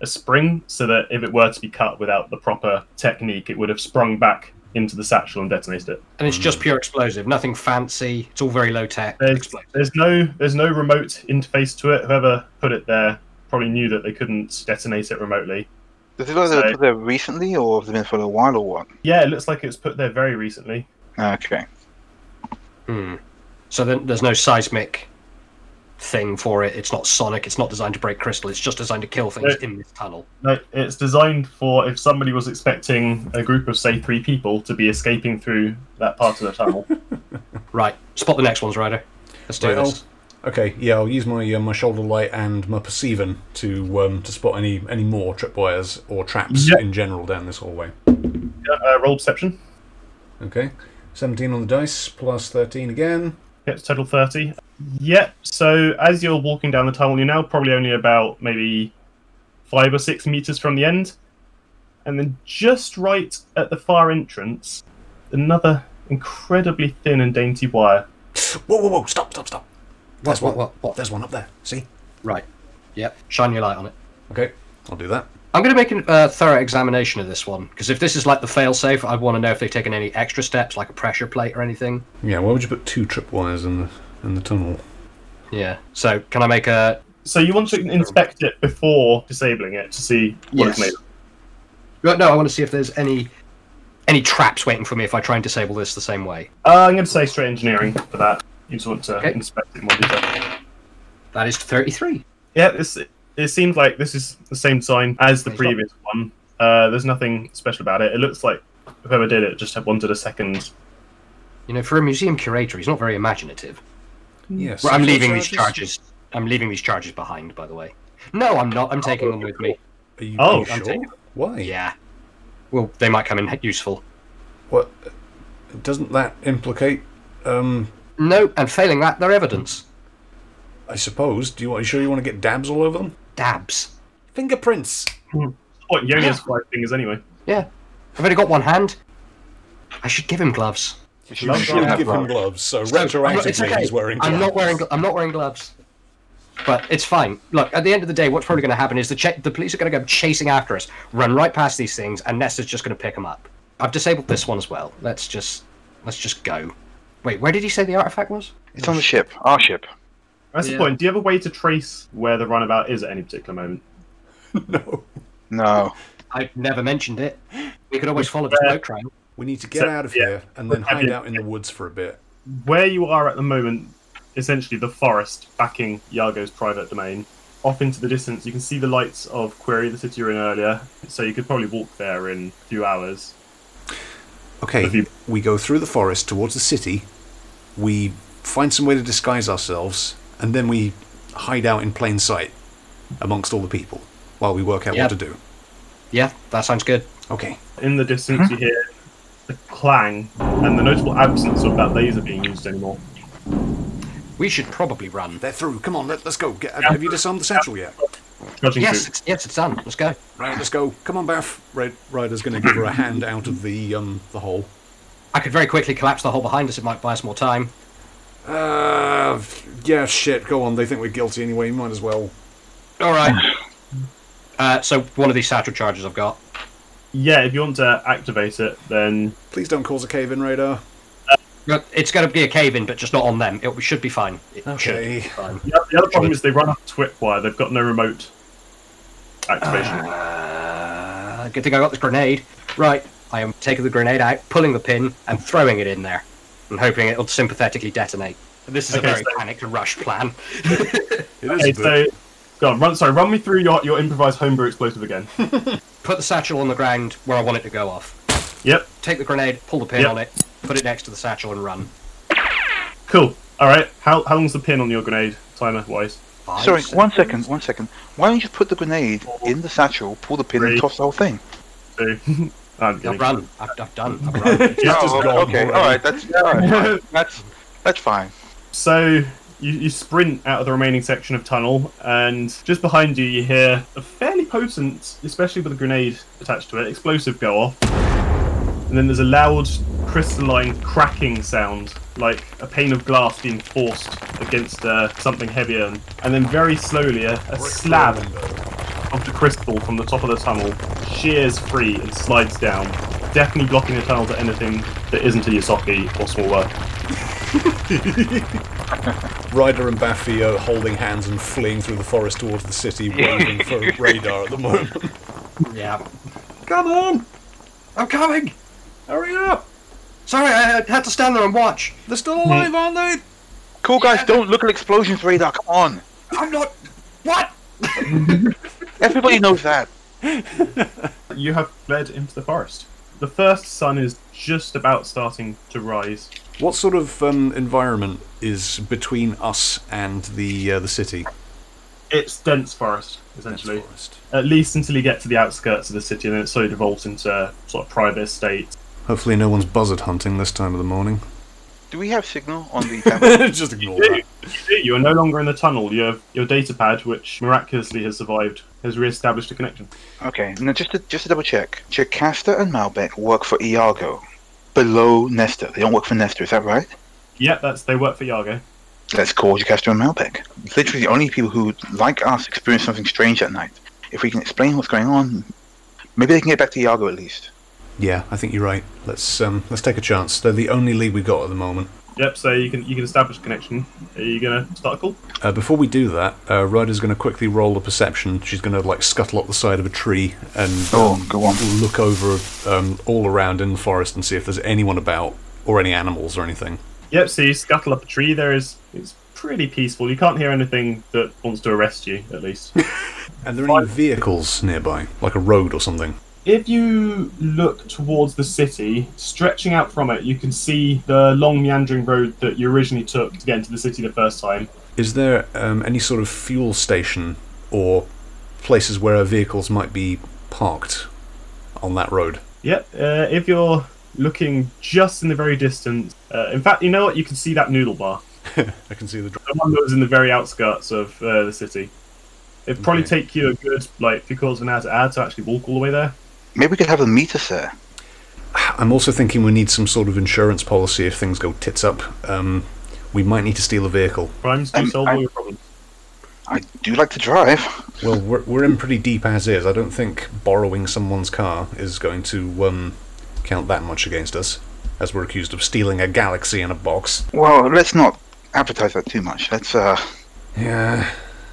a spring, so that if it were to be cut without the proper technique, it would have sprung back into the satchel and detonated it. And it's just pure explosive. Nothing fancy. It's all very low tech. There's, Explosive. there's no there's no remote interface to it. Whoever put it there probably knew that they couldn't detonate it remotely. Is it like they So- were put there recently, or have they been for a while, or what? Yeah, it looks like it was put there very recently. Okay. Hmm. So then there's no seismic thing for it. It's not sonic. It's not designed to break crystal. It's just designed to kill things Right. in this tunnel. No, it's designed for if somebody was expecting a group of say three people to be escaping through that part of the tunnel. Right. Spot the next ones, Ryder. Let's do Right, I'll- this. Okay. Yeah, I'll use my uh, my shoulder light and my perceiving to um, to spot any any more tripwires or traps Yeah. in general down this hallway. uh, roll perception. Okay. 17 on the dice plus 13 again. Yep, it's total 30. Yep, so as you're walking down the tunnel, you're now probably only about maybe five or six meters from the end. And then just right at the far entrance, another incredibly thin and dainty wire. Whoa, whoa, whoa! Stop, stop, stop! What? What? What? what? There's one up there. See? Right. Yep. Shine your light on it. Okay, I'll do that. I'm going to make a uh, thorough examination of this one because if this is like the failsafe, I want to know if they've taken any extra steps, like a pressure plate or anything. Yeah, why would you put two tripwires in the in the tunnel? Yeah. So can I make a? So you want to inspect it before disabling it to see what it's Yes. made of. Well, No, I want to see if there's any any traps waiting for me if I try and disable this the same way. Uh, I'm going to say straight engineering for that. You just want to Okay. inspect it in more detail. That is 33. Yeah, it's, it it seems like this is the same sign as the It's not- previous one. Uh, there's nothing special about it. It looks like whoever did it just had wanted a second. You know, for a museum curator, he's not very imaginative. Yes. Well, I'm leaving these charges. I'm leaving these charges behind, by the way. No, I'm not. I'm taking them with me. Are you, Oh, are you I'm sure? taking- Why? Yeah. Well, they might come in useful. What? Doesn't that implicate? Um, No, and failing that, they're evidence. I suppose. Do you? Are you sure you want to get dabs all over them? Dabs. Fingerprints. What Yoni has five fingers anyway. Yeah. I've only got one hand. I should give him gloves. You should give him gloves. So I'm not- retroactively, it's okay. he's wearing gloves. I'm not wearing. gl- I'm not wearing gloves. But it's fine. Look, at the end of the day, what's probably going to happen is the cha- the police are going to go chasing after us, run right past these things, and Nesta's just going to pick them up. I've disabled this one as well. Let's just let's just go. Wait, where did he say the artifact was? It's on the ship, our ship. That's Yeah. the point. Do you have a way to trace where the runabout is at any particular moment? No. No. I never mentioned it. We could always follow this boat train. We need to get So- out of yeah. here and then Have hide you- out in the woods for a bit. Where you are at the moment, essentially the forest backing Yago's private domain. Off into the distance, you can see the lights of Query, the city you were in earlier. So you could probably walk there in a few hours. Have Okay, you- we go through the forest towards the city. We find some way to disguise ourselves, and then we hide out in plain sight amongst all the people while we work out Yep. what to do. Yeah, that sounds good. Okay. In the distance, you hear the clang and the notable absence of that laser being used anymore. We should probably run. They're through. Come on, let, let's go. Get, have you disarmed the satchel yet? Trudging Yes, through. it's, yes, it's done. Let's go. Right, let's go. Come on, Baff. Red Rider's going to give her a hand out of the um the hole. I could very quickly collapse the hole behind us. It might buy us more time. Uh, yeah, shit. Go on. They think we're guilty anyway. You might as well. All right. Uh, so one of these satchel charges I've got. Yeah, if you want to activate it, then Please don't cause a cave-in radar. Look, It's going to be a cave in, but just not on them. It should be fine. It should Okay. be fine. the other, the other problem is they run off Twitwire. They've got no remote activation. Uh, good thing I got this grenade. Right, I am taking the grenade out, pulling the pin, and throwing it in there, and hoping it'll sympathetically detonate. This is Okay, a very so- panicked and rushed plan. It is. okay, a bit- so go on. Run, sorry, run me through your, your improvised homebrew explosive again. Put the satchel on the ground where I want it to go off. yep, Take the grenade, pull the pin Yep. on it, put it next to the satchel, and run. cool. All right. How how long's the pin on your grenade timer wise? Five, Sorry, six- one second, one second. Why don't you put the grenade in the satchel, pull the pin, Three. and toss the whole thing? So, I'm I've kidding. run. I've, I've done. I've run. Yeah, just Oh, gone okay, already. all right, that's all right, that's that's fine. So you, you sprint out of the remaining section of tunnel, and just behind you, you hear a fairly potent, especially with a grenade attached to it, explosive go off. And then there's a loud, crystalline cracking sound, like a pane of glass being forced against uh, something heavier. And then very slowly, a, a slab of the crystal from the top of the tunnel shears free and slides down, definitely blocking the tunnel to anything that isn't a Yosaki or smaller. Ryder and Baffy are holding hands and fleeing through the forest towards the city, waiting for radar at the moment. yeah. Come on, I'm coming. hurry up! Sorry, I I had to stand there and watch. They're still alive, aren't they? Cool guys, don't look at explosions radar. Come on, I'm not. What? everybody knows that. You have fled into the forest. The first sun is just about starting to rise. What sort of um, environment is between us and the uh, the city? It's dense forest, essentially. Forest. At least until you get to the outskirts of the city, and then it slowly devolves into sort of private estate. Hopefully, no one's buzzard hunting this time of the morning. Do we have signal on the? camera? Just ignore that. You are no longer in the tunnel. You have your data pad, which miraculously has survived, has re-established a connection. okay, now just to just to double check, Jocasta and Malbec work for Iago, below Nesta. They don't work for Nesta, is that right? Yep, that's they work for Yago. Let's call Jocasta and Malbec. Literally, the only people who, like us, experience something strange at night. If we can explain what's going on, maybe they can get back to Iago at least. Yeah, I think you're right. Let's um, let's take a chance. They're the only lead we got at the moment. Yep, so you can you can establish a connection. Are you gonna start a call? Uh, before we do that, uh, Ryder's going to quickly roll a perception. She's going to like scuttle up the side of a tree and Oh, go on. look over um, all around in the forest and see if there's anyone about or any animals or anything. Yep, so you scuttle up a tree. There is it's pretty peaceful. You can't hear anything that wants to arrest you, at least. And there any vehicles nearby, like a road or something? If you look towards the city, stretching out from it, you can see the long meandering road that you originally took to get into the city the first time. Is there um, any sort of fuel station or places where our vehicles might be parked on that road? Yep. Uh, if you're looking just in the very distance, uh, in fact, you know what? You can see that noodle bar, I can see the. dr- the one that was in the very outskirts of uh, the city. It'd probably Okay. take you a good like three quarters of an hour to hour to actually walk all the way there. Maybe we could have them meet us there. I'm also thinking we need some sort of insurance policy if things go tits up. Um, we might need to steal a vehicle. Crimes do Um, solve I- all your problems. I do like to drive. Well, we're, we're in pretty deep as is. I don't think borrowing someone's car is going to um, count that much against us, as we're accused of stealing a galaxy in a box. Well, let's not advertise that too much. Let's uh, Yeah,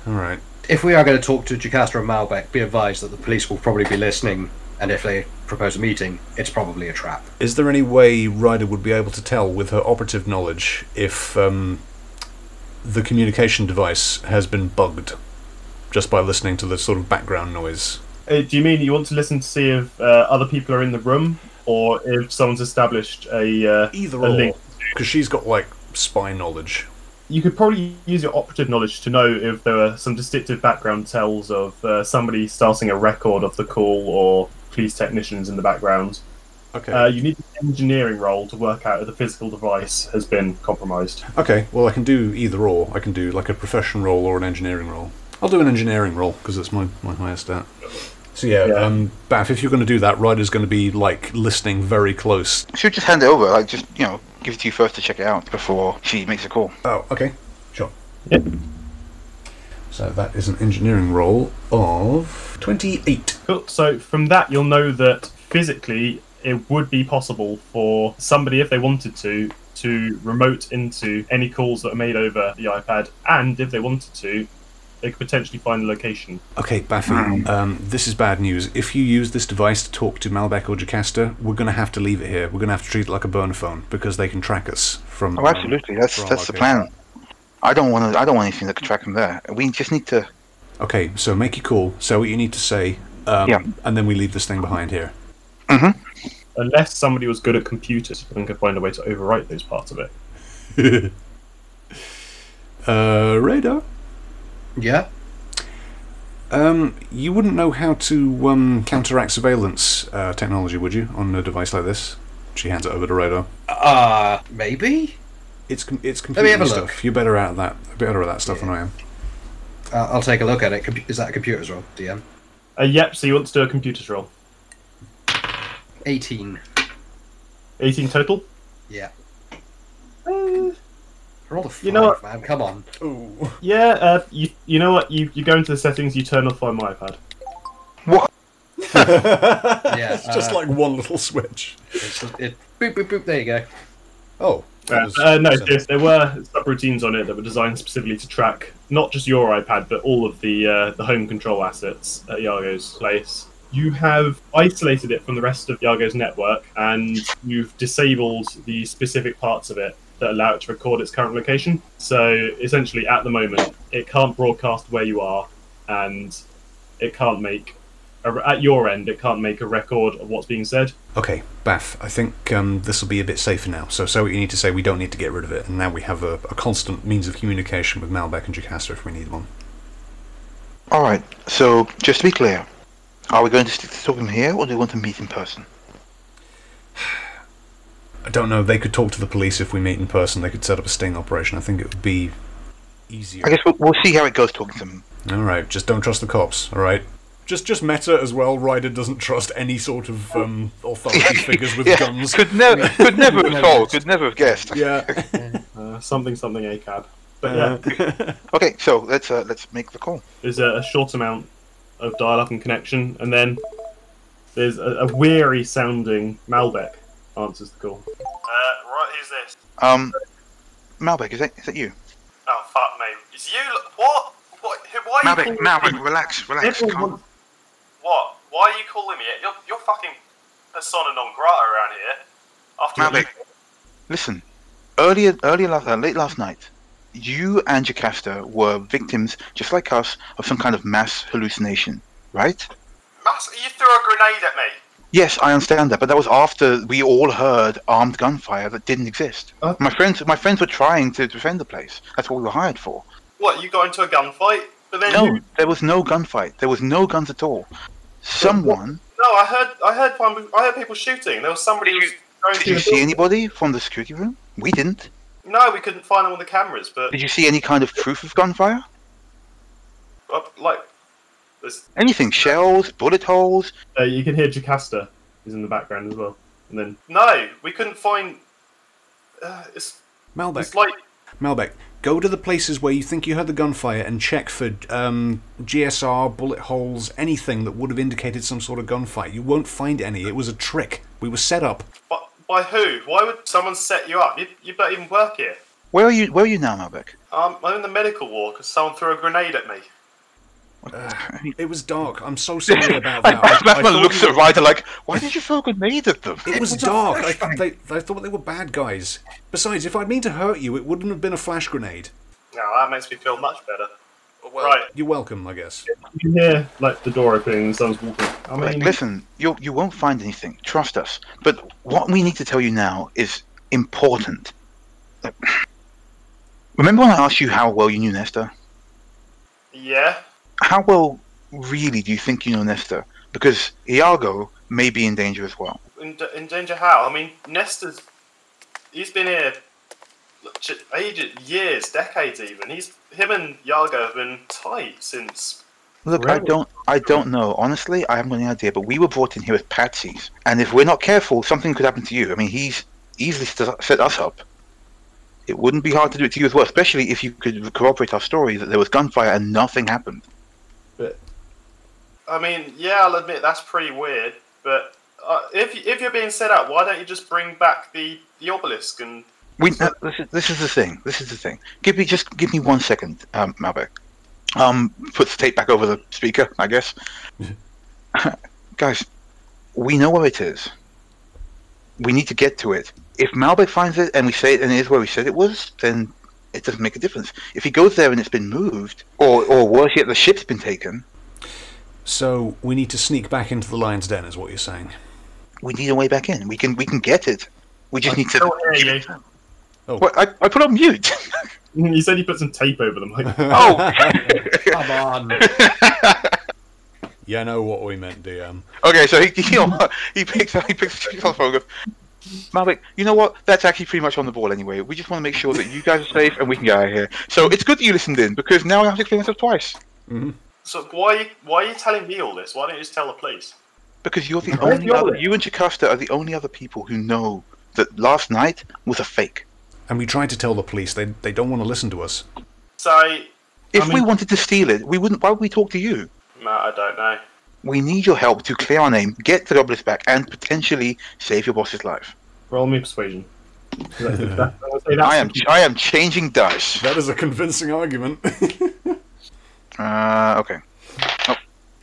alright. If we are going to talk to Jocasta and Malbec, be advised that the police will probably be listening, and if they propose a meeting, it's probably a trap. Is there any way Ryder would be able to tell with her operative knowledge if um, the communication device has been bugged just by listening to the sort of background noise? Uh, do you mean you want to listen to see if uh, other people are in the room, or if someone's established a? Uh, Either A or. link. Because she's got, like, spy knowledge. you could probably use your operative knowledge to know if there are some distinctive background tells of uh, somebody starting a record of the call or police technicians in the background. Okay. Uh, you need an engineering role to work out if the physical device has been compromised. okay, well, I can do either or. I can do, like, a profession role or an engineering role. I'll do an engineering role, because it's my, my highest stat. So, yeah, Yeah. Um, Baff, if you're going to do that, Ryder's going to be, like, listening very close. should we just hand it over. Like, just you know, give it to you first to check it out before she makes a call. Oh, okay. Sure. Yep. So that is an engineering roll of 28. Cool. So from that, you'll know that physically it would be possible for somebody, if they wanted to, to remote into any calls that are made over the iPad, and if they wanted to, they could potentially find a location. Okay, Baffy, um, this is bad news. If you use this device to talk to Malbec or Jocasta, we're going to have to leave it here. We're going to have to treat it like a burner phone because they can track us from. Oh, absolutely. That's Wrong that's the location. plan. I don't want to. I don't want anything that can track them there. We just need to. Okay, so make your call, say what you need to say, um, Yeah. and then we leave this thing behind here. Unless somebody was good at computers and could find a way to overwrite those parts of it. Uh, radar? Yeah? Um, you wouldn't know how to um, counteract surveillance uh, technology, would you, on a device like this? She hands it over to Radar. Uh, maybe? It's com- it's have completely a stuff. look. You're better at that. Better at that stuff than I am. Uh, I'll take a look at it. Compu- Is that a computer's roll, DM? Uh, yep, so you want to do a computers roll. 18. 18 total? Yeah. Uh, Roll the five, You know man. Come on. yeah, uh, you, you know what? You, you go into the settings, you turn off Find My iPad. Yeah, it's just uh, like one little switch. It's, it, boop, boop, boop. There you go. Oh, that Uh, was- uh, no, so- there, there were subroutines on it that were designed specifically to track not just your iPad, but all of the uh, the home control assets at Yargo's place. You have isolated it from the rest of Yargo's network, and you've disabled the specific parts of it that allow it to record its current location. So essentially, at the moment, it can't broadcast where you are, and it can't make at your end. It can't make a record of what's being said. Okay, Baff. I think um, this will be a bit safer now. So, so what you need to say. We don't need to get rid of it, and now we have a, a constant means of communication with Malbec and Jocasta if we need one. All right. So just to be clear, are we going to stick to talking here, or do we want to meet in person? I don't know. They could talk to the police if we meet in person. They could set up a sting operation. I think it would be easier. I guess we'll, we'll see how it goes talking to them. All right, just don't trust the cops. All right. Just, just meta as well. Ryder doesn't trust any sort of um, authority figures with Oh. Yeah, guns. Could never. Could never have Never. told. Could never have guessed. Yeah. Uh, something something ACAB. But yeah. Okay. So let's uh, let's make the call. there's a, a short amount of dial-up and connection, and then there's a, a weary sounding Malbec answers the call. Uh, right, who's this? Um, Malbec, is that is that you? Oh fuck me! It's you. lo- What? What? Who, why are Malbec, you calling me? Malbec, relax, relax. Everyone Calm. wants- What? Why are you calling me? You're you're fucking persona non grata around here. After what Malbec. Listen, earlier, earlier last, uh, late last night, you and Jocasta were victims, just like us, of some kind of mass hallucination, right? Max, you threw a grenade at me. Yes, I understand that, but that was after we all heard armed gunfire that didn't exist. Uh. my friends, my friends were trying to defend the place. That's what we were hired for. What? You got into a gunfight? But then No, you- there was no gunfight. There was no guns at all. Someone. no, I heard, I heard, one, I heard people shooting. There was somebody who was going Did through you the see building. anybody from the security room? We didn't. No, we couldn't find them on the cameras, but Did you see any kind of proof of gunfire? uh, like, there's, Anything? Shells, bullet holes? uh, you can hear Jocasta is in the background as well. And then no, we couldn't find. Uh, it's Malbec, it's like Malbec, go to the places where you think you heard the gunfire and check for um, GSR, bullet holes, anything that would have indicated some sort of gunfight. You won't find any. It was a trick. We were set up. by, by who? Why would someone set you up? You, you don't even work here. Where are you? Where are you now, Malbec? Um, I'm in the medical ward because someone threw a grenade at me. It was dark. I'm so sorry about I, that. I- I thought looks you- at Ryder like, why did you throw a grenade at them? It was dark. I, they, I thought they were bad guys. Besides, if I'd mean to hurt you, it wouldn't have been a flash grenade. Now that makes me feel much better. right, You're welcome, I guess. you can hear like the door opening and someone's walking. I Like, mean, listen, you you won't find anything. Trust us. But what we need to tell you now is important. Like, Remember when I asked you how well you knew Nesta? yeah. How well really do you think you know Nesta? Because Iago may be in danger as well. In, in danger how? I mean, Nestor's. He's been here like, j- ages, years, decades even. He's him and Yago have been tight since. Look, I Right. don't, I don't know. Honestly, I haven't got any idea. But we were brought in here as patsies, and if we're not careful, something could happen to you. I mean, he's easily st- set us up. It wouldn't be hard to do it to you as well, especially if you could corroborate our story that there was gunfire and nothing happened. I mean, yeah, I'll admit that's pretty weird. But uh, if you- if you're being set up, why don't you just bring back the the obelisk and We, no, this, is, this is the thing. This is the thing. Give me just give me one second, um, Malbec. Um, puts the tape back over the speaker, I guess. Guys, we know where it is. We need to get to it. If Malbec finds it and we say it and it is where we said it was, then it doesn't make a difference. If he goes there and it's been moved, or or worse yet, the ship's been taken, So we need to sneak back into the lion's den, is what you're saying. we need a way back in. We can we can get it. We just need to. still hear Oh. What, I, I put on mute. you. you said you put some tape over them. Like, oh. Come on. You know what we meant, DM. Okay, so he he, he picks up he picks up his phone and goes, Malbec, you know what? That's actually pretty much on the ball anyway. We just want to make sure that you guys are safe and we can get out of here. So it's good that you listened in because now I have to explain myself twice. so why why are you telling me all this? Why don't you just tell the police? Because you're the Where's only the other, other? you and Jocasta are the only other people who know that last night was a fake. And we tried to tell the police. They, they don't want to listen to us. So, If we mean- wanted to steal it, we wouldn't. Why would we talk to you? no, I don't know. We need your help to clear our name, get the obelisk back, and potentially save your boss's life. Roll me persuasion. I am I am changing dice. That is a convincing argument. Uh, okay. Oh,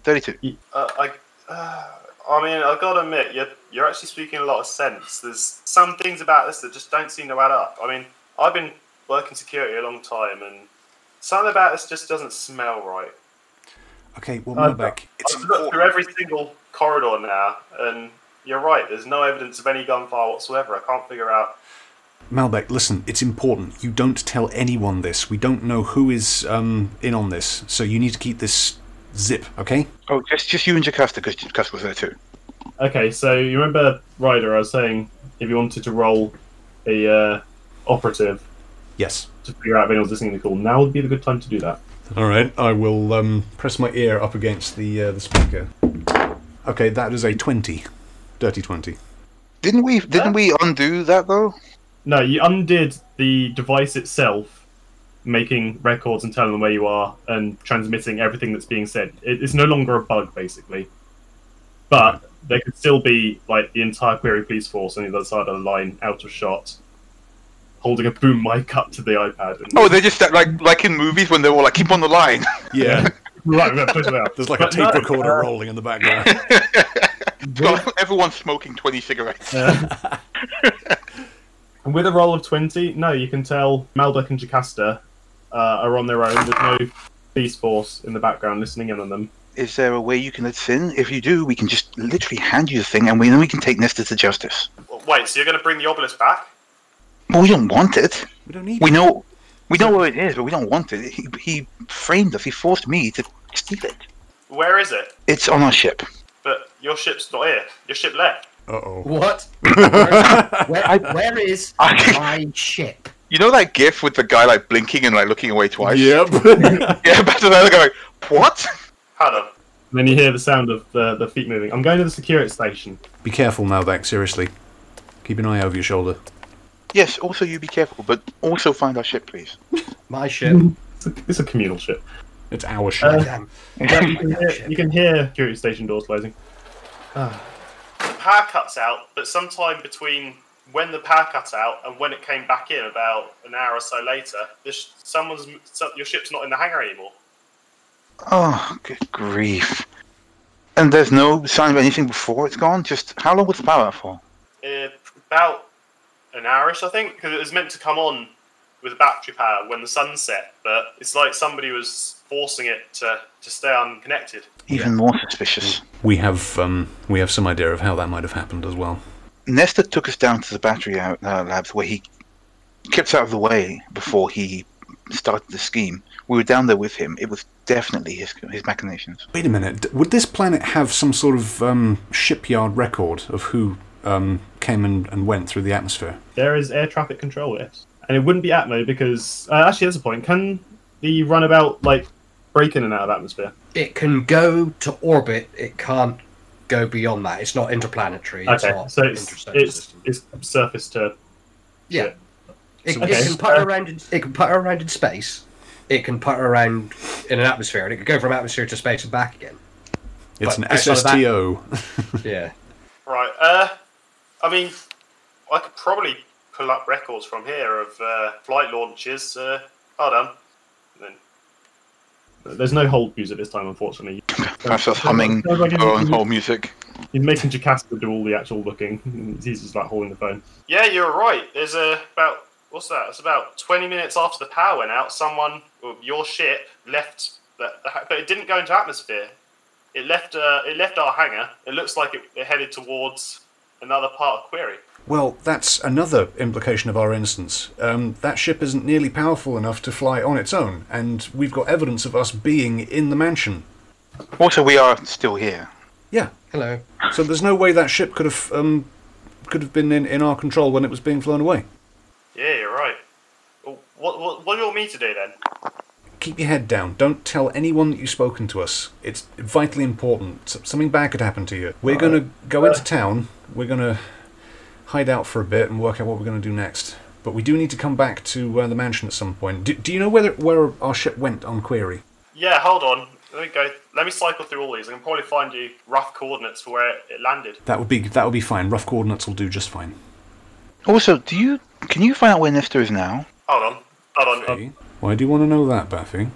32. Uh, I, uh, I mean, I've got to admit, you're, you're actually speaking a lot of sense. There's some things about this that just don't seem to add up. I mean, I've been working security a long time, and something about this just doesn't smell right. okay, well, Uh, Malbec, it's I've looked through every single corridor now, and you're right, there's no evidence of any gunfire whatsoever. I can't figure out. Malbec. Listen, it's important. You don't tell anyone this. We don't know who is um, in on this, so you need to keep this zip. Okay? Oh, just just you and Jocasta, because Jocasta was there too. Okay, so you remember, Ryder, I was saying if you wanted to roll a uh, operative Yes. to figure out if anyone's listening to the call, now would be the good time to do that. All right. I will um, press my ear up against the uh, the speaker. Okay, that is a twenty, dirty twenty. Didn't we? Didn't we undo that though? No, you undid the device itself, making records and telling them where you are and transmitting everything that's being said. It, it's no longer a bug, basically. But there could still be like the entire query police force on the other side of the line, out of shot, holding a boom mic up to the iPad. And, Oh, they just that- like like in movies when they're all like, "Keep on the line." Yeah. right, we're gonna push it out. There's like a But no, tape recorder rolling in the background. Everyone's smoking twenty cigarettes. Uh, and with a roll of 20, no, you can tell Malbec and Jocasta uh, are on their own. There's no police force in the background listening in on them. Is there a way you can let us in? If you do, we can just literally hand you the thing, and we then we can take Nestor to justice. Wait, so you're going to bring the obelisk back? But we don't want it. We don't need We know, we know where it is, but we don't want it. He, he framed us. He forced me to steal it. Where is it? It's on our ship. But your ship's not here. Your ship left. Uh oh. What? Where- where, where is my ship? You know that gif with the guy like blinking and like looking away twice? Yep. Yeah, back to the other guy like, what? Hold on. Then you hear the sound of the, the feet moving. I'm going to the security station. Be careful now, Dak, seriously. Keep an eye over your shoulder. Yes, also you be careful, but also find our ship, please. My ship. It's a, it's a communal ship. It's our ship. Damn. you, can hear, you can hear security station doors closing. the power cuts out, but sometime between when the power cut out and when it came back in, about an hour or so later, this someone's so- your ship's not in the hangar anymore. Oh, good grief. And there's no sign of anything before it's gone? Just how long was the power for? Uh, about an hourish, I think, because it was meant to come on with battery power when the sun set, but it's like somebody was forcing it to, to stay unconnected. Even more suspicious. Mm. We have um, we have some idea of how that might have happened as well. Nesta took us down to the battery uh, labs where he kept us out of the way before he started the scheme. We were down there with him. It was definitely his, his machinations. Wait a minute. d- Would this planet have some sort of um, shipyard record of who um, came and, and went through the atmosphere? There is air traffic control, yes. And it wouldn't be Atmo because uh, actually, there's a point. Can the runabout like break in and out of atmosphere? It can go to orbit. It can't go beyond that. It's not interplanetary. It's okay, not so it's interstellar it's, system. it's surface to yeah. It, So it it's- can putter around. In, it can putter around in space. It can putter around in an atmosphere, and it can go from atmosphere to space and back again. It's But an outside of that- SSTO. Yeah. right. Uh, I mean, I could probably pull up records from here of uh, flight launches. Uh, hold on. And then... There's no hold views at this time, unfortunately. Perhaps us humming Sounds like our own everything- whole music. He's making Jocasta do all the actual looking. He's just like holding the phone. Yeah, you're right. There's a about what's that? It's about 20 minutes after the power went out. Someone, well, your ship, left, the, the, ha- but it didn't go into atmosphere. It left. Uh, it left our hangar. It looks like it, it headed towards another part of Query. well, that's another implication of our instance. Um, that ship isn't nearly powerful enough to fly on its own, and we've got evidence of us being in the mansion. Also, we are still here. Yeah. Hello. So there's no way that ship could have um, could have been in, in our control when it was being flown away. Yeah, you're right. Well, What, what, what do you want me to do then? Keep your head down. Don't tell anyone that you've spoken to us. It's vitally important. S- Something bad could happen to you. We're going to go into town. We're going to hide out for a bit and work out what we're going to do next. But we do need to come back to uh, the mansion at some point. Do, do you know whether where our ship went on query? Yeah, hold on. Let me go. Let me cycle through all these. I can probably find you rough coordinates for where it landed. That would be that would be fine. Rough coordinates will do just fine. Also, do you can you find out where Nesta is now? Hold on. Hold on. Okay. Why do you want to know that, Baffy?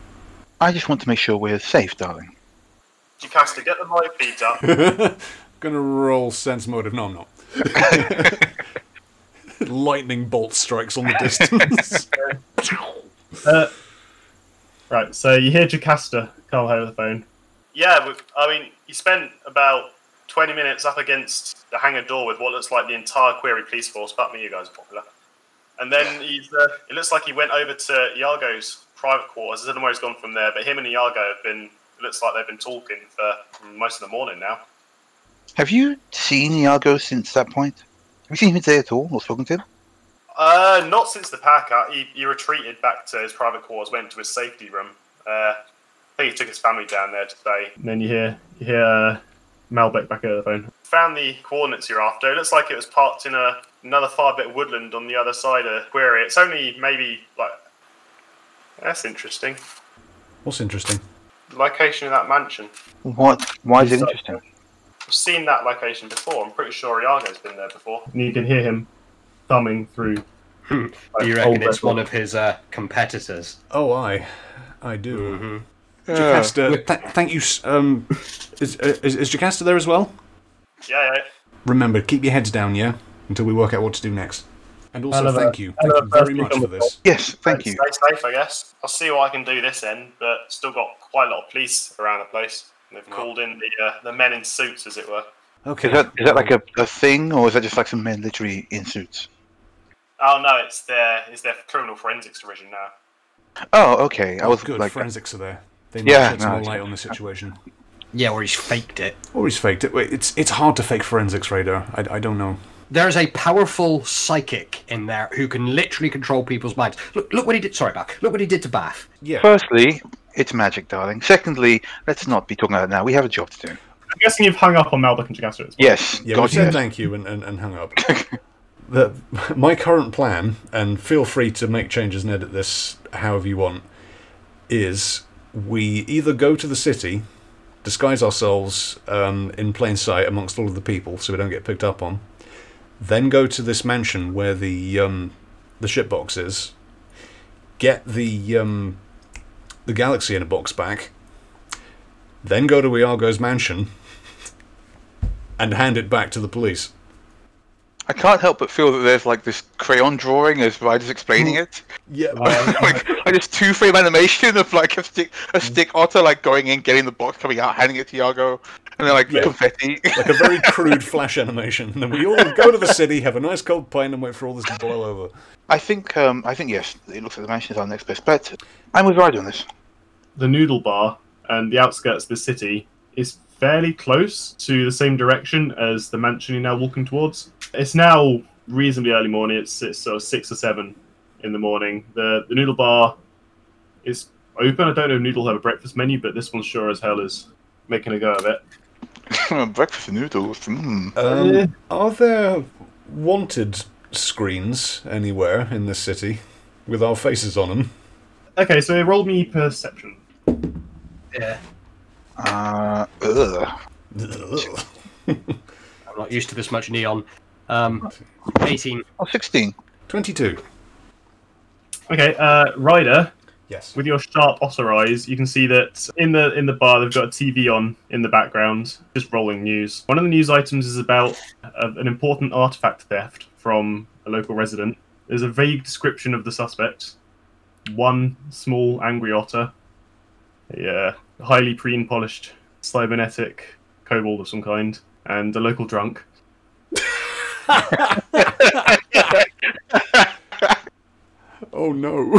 I just want to make sure we're safe, darling. Jocasta, get the live feeds up. Gonna roll sense motive. No, I'm not. Lightning bolt strikes on the distance. Right, so you hear Jocasta come over the phone. Yeah, we- I mean, you spent about 20 minutes up against the hangar door with what looks like the entire query police force, but me, you guys are popular. And then he's, uh, it looks like he went over to Iago's private quarters. I don't know where he's gone from there, but him and Iago have been, it looks like they've been talking for most of the morning now. Have you seen Iago since that point? Have you seen him today at all or spoken to him? Uh, not since the power cut. He, he retreated back to his private quarters, went to his safety room. Uh, I think he took his family down there today. And then you hear you hear Malbec back over the phone. Found the coordinates you're after. It looks like it was parked in a, another far bit of woodland on the other side of Query. It's only maybe like that's interesting. What's interesting? The location of that mansion. What? Why is it He's not- interesting? I've seen that location before. I'm pretty sure Iago's been there before. And you can hear him thumbing through. You reckon it's one of his uh, competitors? Oh, I, I do. Mm-hmm. Jocasta, th- thank you. s- Um, is, uh, is is Jocasta there as well? Yeah, yeah. Remember, keep your heads down, yeah, until we work out what to do next. And Hell also, of a- thank you. hell Thank of a you very first much for encounter. this. Yes, thank you. Stay safe, I guess. I'll see what I can do this end, but still got quite a lot of police around the place. They've called in the uh, the men in suits, as it were. Okay. Is that is that like a, a thing, or is that just like some men literally in suits? Oh no, it's their it's their criminal forensics division now. Oh, okay. I was good? like, Forensics are there. They Yeah, yeah, shed some no, more it's- light on the situation. Yeah, or he's faked it. Or he's faked it. Wait, It's it's hard to fake forensics radar. I, I don't know. There's a powerful psychic in there who can literally control people's minds. Look, look what he did. Sorry, back. Look what he did to Bath. Yeah. firstly, it's magic, darling. Secondly, let's not be talking about it now. We have a job to do. I'm guessing you've hung up on Malbec and Jagasta as well. Yes, Yeah, we God, said yes. thank you and, and, and hung up. the, my current plan, and feel free to make changes and edit this however you want, is we either go to the city, disguise ourselves um, in plain sight amongst all of the people so we don't get picked up on, then go to this mansion where the um, the shipbox is, get the um, the galaxy in a box back, then go to Iago's mansion and hand it back to the police. I can't help but feel that there's like this crayon drawing as Ryder's explaining it. Yeah, like, like this two frame animation of like a stick a stick otter like going in, getting the box, coming out, handing it to Yago, and then like Yeah. confetti. like a very crude flash animation. And then we all go to the city, have a nice cold pint, and wait for all this to blow over. I think um I think yes, it looks like the mansion is our next best bet. I'm with Ryder on this. the noodle bar and the outskirts of the city is fairly close to the same direction as the mansion you're now walking towards. It's now reasonably early morning. It's, it's sort of six or seven in the morning. The the noodle bar is open. I don't know if Noodle have a breakfast menu, but this one sure as hell is making a go of it. Breakfast and noodles. Mm. Eh. Um, are there wanted screens anywhere in this city with our faces on them? Okay, so roll me perception. Yeah, Uh, ugh. I'm not used to this much neon. Um, 18. Oh, 16. Twenty-two. Okay, uh, Ryder, Yes. with your sharp otter eyes, you can see that in the in the bar they've got a TV on in the background, just rolling news. One of the news items is about uh, an important artifact theft from a local resident. There's a vague description of the suspect: one small angry otter, yeah, highly preen polished cybernetic kobold of some kind, and a local drunk. Oh no.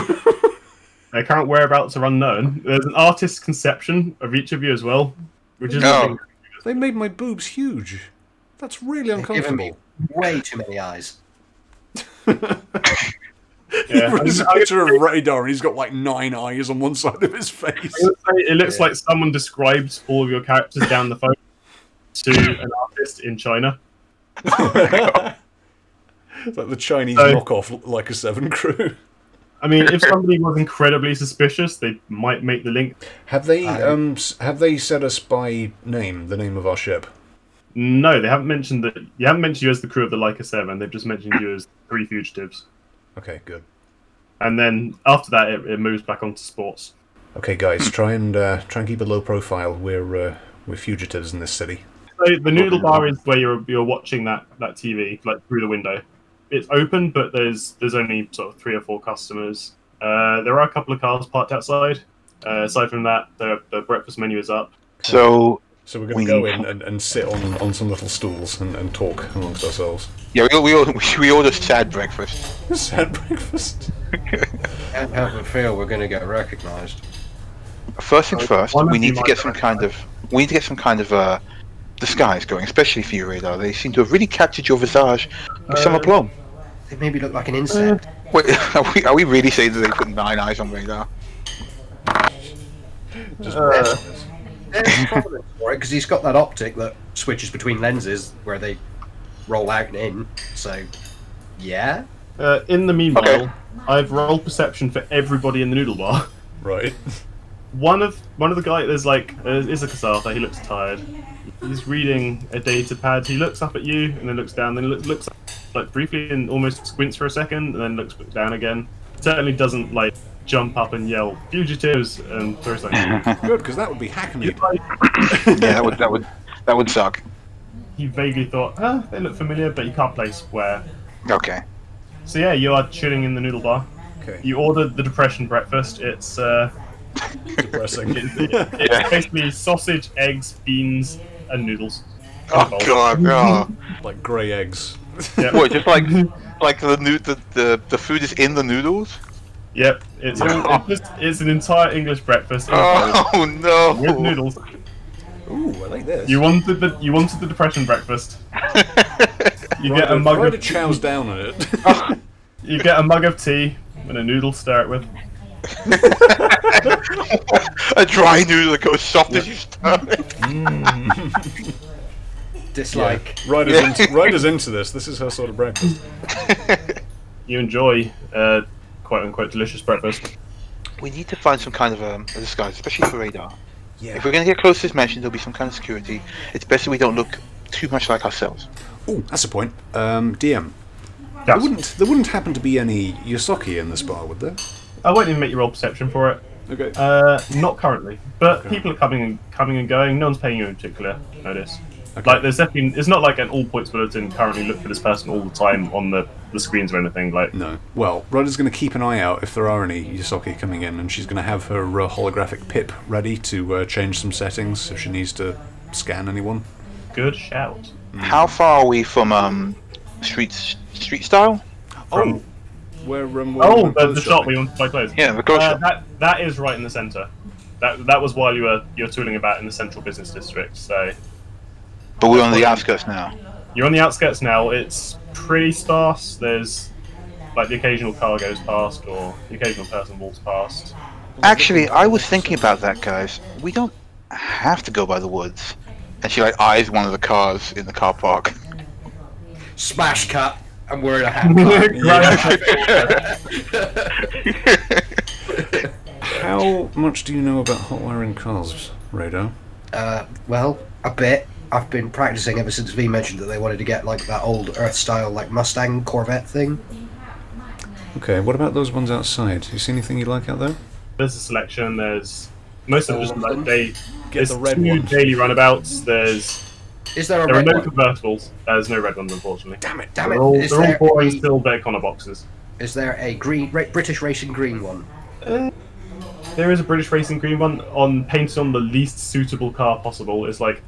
Their current whereabouts are unknown. There's an artist's conception of each of you as well, which is No. they made my boobs huge. That's really Given me uncomfortable. way too many eyes. yeah. There's a picture of radar, and he's got like nine eyes on one side of his face. It looks like, it looks like someone describes all of your characters down the phone to an artist in China. It's like the Chinese So- knockoff, like a Seven Crew. I mean, if somebody was incredibly suspicious, they might make the link. Have they I- um s- have they set us by name, the name of our ship? No, they haven't mentioned that. You haven't mentioned you as the crew of the Leica Seven. They've just mentioned you as three fugitives. Okay, good. And then after that, it, it moves back onto sports. Okay, Hmm. guys, try and uh, try and keep a low profile. We're uh, we're fugitives in this city. So the noodle bar is where you're you're watching that that TV like through the window. It's open, but there's there's only sort of three or four customers. Uh, there are a couple of cars parked outside. Uh, aside from that, the, the breakfast menu is up. So, So we're going We- to go in and, and sit on, on some little stools and, and talk amongst ourselves. yeah, we, we, all, we ordered sad breakfast. Sad breakfast. Can't help but feel we're going to get recognised. First things first, Uh, one of we you need to might get some have- kind of we need to get some kind of uh, disguise going, especially for you, Radar. They seem to have really captured your visage with Uh, some aplomb. They maybe look like an insect. Wait, are we, are we really saying that they put nine eyes on Radar? Uh. There's probably for it because he's got that optic that switches between lenses where they roll out and in. So, yeah. Uh, in the meanwhile, Okay. I've rolled perception for everybody in the noodle bar. Right. One of one of the guys, there's like uh, is a Kasatha. He looks tired. He's reading a data pad. He looks up at you and then looks down. Then looks, looks up, like briefly and almost squints for a second and then looks back down again. Certainly doesn't like jump up and yell fugitives and throw something. Good, because that would be hackneyed. Yeah, that would that would that would suck. he vaguely thought, huh, they look familiar, but you can't place where. Okay. So yeah, you are chilling in the noodle bar. Okay. You ordered the depression breakfast. It's uh, Depressing. it's basically sausage, eggs, beans, and noodles. Oh god, oh. like grey eggs. Yep. What, just like like the, noo- the the the food is in the noodles? Yep. It's it's, just, it's an entire English breakfast in a bowl Oh no. with noodles. Ooh, I like this. You wanted the you wanted the depression breakfast. You get a Right, mug right of chows down on it. you get a mug of tea and a noodle to start with. a dry noodle that goes soft as you stomach. Dislike. Ryder's, into, Ryder's into this. This is her sort of breakfast. You enjoy uh, quote unquote delicious breakfast. We need to find some kind of um, a disguise, especially for radar. If Yeah. we're going to get close to this mansion, there'll be some kind of security. It's best that we don't look too much like ourselves. Oh, that's a point. Um, DM. Yes. There wouldn't there wouldn't happen to be any Yosaki in this bar, would there? I won't even make you roll perception for it. Okay. Uh, not currently, but people are coming and coming and going. No one's paying you in particular notice. Like there's definitely it's not like an all points bulletin. Currently, look for this person all the time on the, the screens or anything. Like no. Well, Ryder's going to keep an eye out if there are any Yosaki coming in, and she's going to have her uh, holographic pip ready to uh, change some settings if she needs to scan anyone. good shout. How far are we from um, street street style? Oh, where um, where Oh, went the, clothes the shop shopping. we wanted to buy clothes. Yeah, the grocery. Uh, that that is right in the centre. That that was while you were you're tooling about in the central business district. So but we're on the outskirts now. you're on the outskirts now. It's pretty sparse. There's like the occasional car goes past or the occasional person walks past. Actually, I was thinking about that, guys. We don't have to go by the woods. And she like eyes one of the cars in the car park. Smash cut. I'm wearing a hat. How much do you know about hot wiring cars, Radar? uh, well, a bit. I've been practicing ever since V mentioned that they wanted to get like that old Earth style like Mustang Corvette thing. Okay, what about those ones outside? You see anything you like out there? There's a selection. There's most of them just All of like them? day. There's the red two ones. daily runabouts. There's Is there a there are red no one? convertibles. There's no red ones unfortunately. Damn it! Damn it! They're all is, they're all there boring a, still O'Connor boxes. is there a green ra- British racing green one? There is a British racing green one on painted on the least suitable car possible. It's like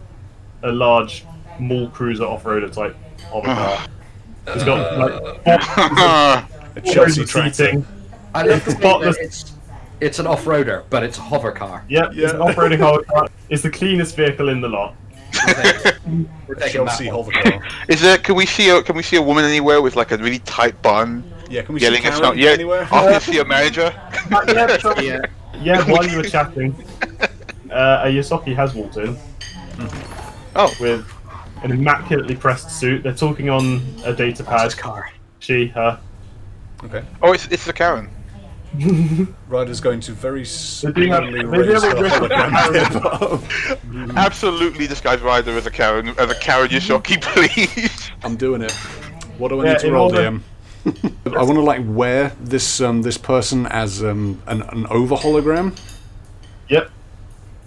a large mall cruiser off-roader type of a Ah. car. It's got like box- A Uh, Chelsea rows of tractor. seating. I love the fact that Spotless. it's it's an off-roader, but it's a hover car. Yep, it's Yeah. an off-roading hard car. It's the cleanest vehicle in the lot. We're taking- we're A taking that Chelsea hover one. car. Is there? Can we see? A, can we see a woman anywhere with like a really tight bun Yeah, can we yelling see at Karen someone? Yeah. anywhere? I can see a manager. Yeah. Yeah, while you were chatting, uh, a Yosaki has walked in Oh, with an immaculately pressed suit. They're talking on a data pad. That's car. She, her. Okay. oh, it's it's the Karen. Ryder's going to very do have- slowly they do raise her have a grip- hologram tip up. Absolutely disguise Ryder as a Karen as a Karen Yoshoki, please. I'm doing it. What do I Yeah, need to in roll, order- DM? I want to like wear this um, this person as um, an, an over hologram. Yep.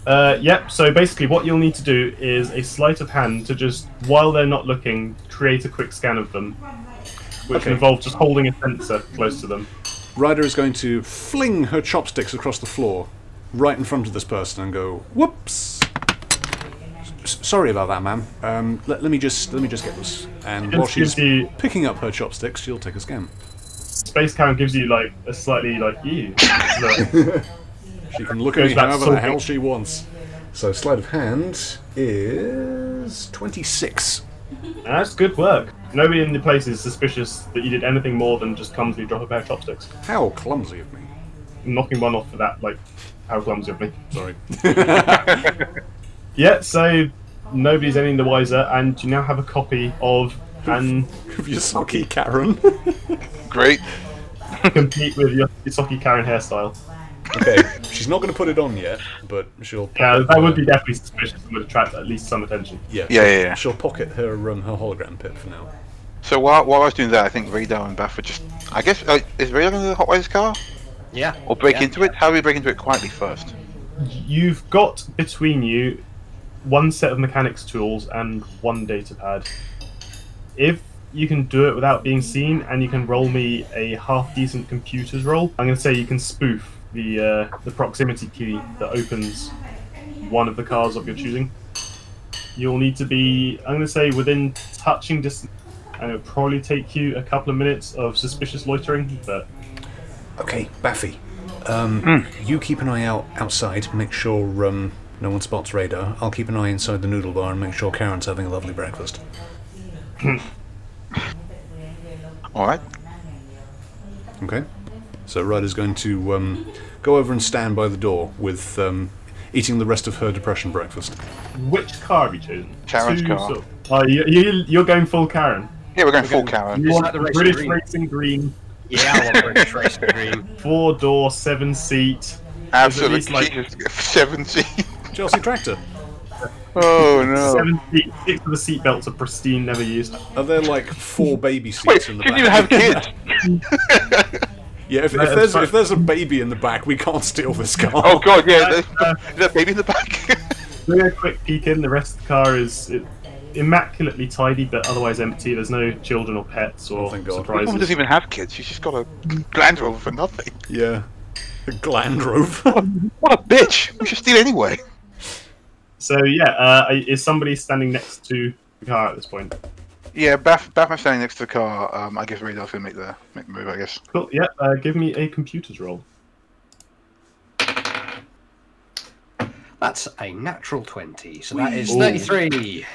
Uh, yep, so basically what you'll need to do is a sleight of hand to just, while they're not looking, create a quick scan of them. Which Okay. involves just holding a sensor close to them. Ryder is going to fling her chopsticks across the floor, right in front of this person, and go, "Whoops! S- sorry about that, ma'am. Um, let, let me just let me just get this." And while Gives, she's gives you, picking up her chopsticks, she'll take a scan. Space Karen gives you like a slightly like ew look. She can look at Goes me back however the so hell quick. she wants. So sleight of hand is twenty-six. and that's good work. Nobody in the place is suspicious that you did anything more than just clumsily drop a pair of chopsticks. How clumsy of me. knocking one off for that, like, how clumsy of me. Sorry. Yeah, so nobody's any the wiser, and you now have a copy of and Yasaki Karen. Great. compete with your Yosaki Karen hairstyle. okay, she's not going to put it on yet, but she'll. Yeah, that would be definitely suspicious and would attract at least some attention. Yeah. Yeah, yeah, yeah. She'll pocket her um, her hologram pip for now. So while, while I was doing that, I think Radar and Baff were just. I guess uh, is Radar going to hot wires car Yeah. or break Yeah. into it? How do we break into it quietly first? You've got between you one set of mechanics tools and one data pad. If you can do it without being seen, and you can roll me a half decent computer's roll. I'm going to say you can spoof the uh, the proximity key that opens one of the cars of your choosing. You'll need to be, I'm going to say, within touching distance, and it'll probably take you a couple of minutes of suspicious loitering, but Okay, Baffy. Um, You keep an eye out outside. Make sure um, no one spots radar. I'll keep an eye inside the noodle bar and make sure Karen's having a lovely breakfast. All right. Okay. So Ryder's going to um, go over and stand by the door with um, eating the rest of her depression breakfast. which car have you chosen? Karen's Two car. sort of- oh, you, you, you're going full Karen. Yeah, we're going full Karen. want the racing British green. Racing Green, Yeah, I want British Racing Green. four door, seven seat. Absolutely. least, like- Jesus, 70. Chelsea Tractor. Oh, no. Seven seat, six of the seat belts are pristine, never used. Are there like four baby seats Wait, in you the didn't back? even have kids. yeah, if, if, there's, if there's a baby in the back, we can't steal this car. Oh, God, yeah. There's, is there a baby in the back? Doing a quick peek in, the rest of the car is it, immaculately tidy, but otherwise empty. There's no children or pets or Oh, thank God. This woman surprises. doesn't even have kids. She's just got a Land Rover for nothing. Yeah. A Gland Rover. What a bitch. We should steal anyway. So yeah, uh, is somebody standing next to the car at this point? Yeah, Bath, Bathman's standing next to the car. Um, I guess Radar's going to make the, make the move, I guess. Cool. Yeah, uh, give me a computer's roll. That's a natural 20, so that is Ooh. 33.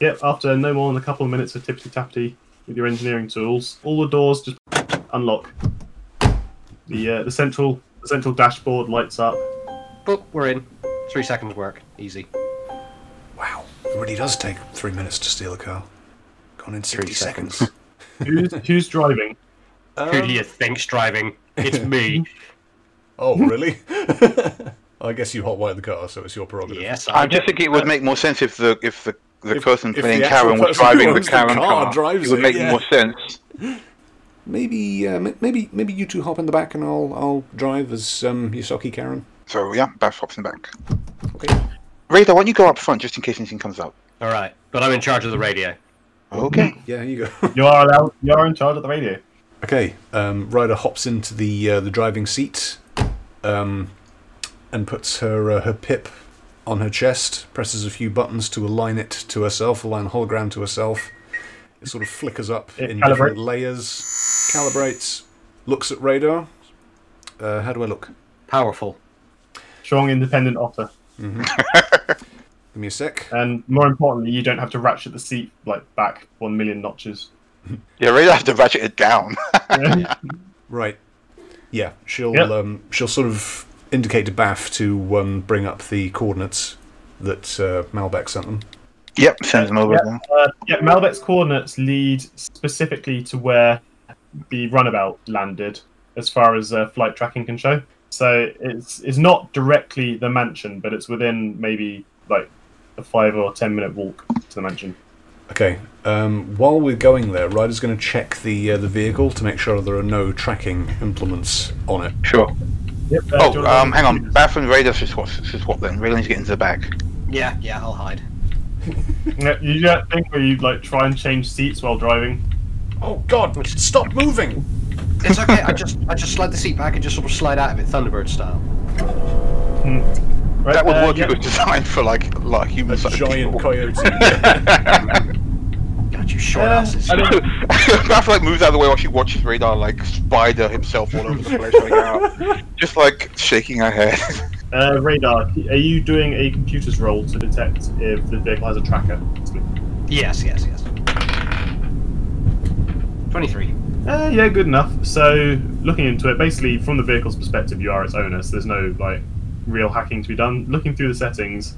Yep, after no more than a couple of minutes of tipsy tappity with your engineering tools, all the doors just unlock. The uh, the central the central dashboard lights up. Boop, we're in. Three seconds work. Easy. wow. It really does take three minutes to steal a car. Gone in 60 seconds. Who's who's driving? Who Um, do you think's driving? It's me. Oh, really? I guess you hotwire the car, so it's your prerogative. yes, I'm I'm just thinking it would make more sense if the if the, the person if playing the actual Karen was person who driving the owns the Karen car car. drives it would it, make yeah. more sense. Maybe, uh, m- maybe, maybe you two hop in the back, and I'll, I'll drive as um, Yosaki Karen. So yeah, Bath hops in back. Okay. Radar, why don't you go up front just in case anything comes up? All right, but I'm in charge of the radio. Okay. Yeah, you go. You are allowed. You are in charge of the radio. okay. Um, Ryder hops into the uh, the driving seat, um, and puts her uh, her pip on her chest. Presses a few buttons to align it to herself, align the hologram to herself. It sort of flickers up It in calibrates. different layers, calibrates, looks at radar. Uh, how do I look? Powerful. Strong independent offer, Give me a sec. and more importantly, you don't have to ratchet the seat like back one million notches. Yeah, Radar has to ratchet it down. Right. Yeah, she'll Yep. um, she'll sort of indicate to Baff to um, bring up the coordinates that uh, Malbec sent them. yep, sends them over. Yep. there. Uh, yeah, Malbec's coordinates lead specifically to where the runabout landed, as far as uh, flight tracking can show. So it's it's not directly the mansion, but it's within maybe like a five or ten minute walk to the mansion. Okay. Um, while we're going there, Ryder's going to check the uh, the vehicle to make sure there are no tracking implements on it. Sure. Yep. Oh, um, hang on. Bath and Radar should swap, should swap then. Radar needs to get into the back. Yeah, yeah, I'll hide. You do that thing where you like try and change seats while driving. Oh God! Stop moving! It's okay. I just, I just slide the seat back and just sort of slide out of it, Thunderbird style. Right, That would uh, work yeah. if it was designed for like like human sized Giant people. coyote. God, you short Uh, asses. I don't- Bath like moves out of the way while she watches Radar like spider himself all over the place right now, just like shaking her head. Uh, radar, are you doing a computer's roll to detect if the vehicle has a tracker? Yes, yes, yes. Twenty-three. Uh, yeah, good enough. So, looking into it, basically from the vehicle's perspective, you are its owner, so there's no like real hacking to be done. Looking through the settings,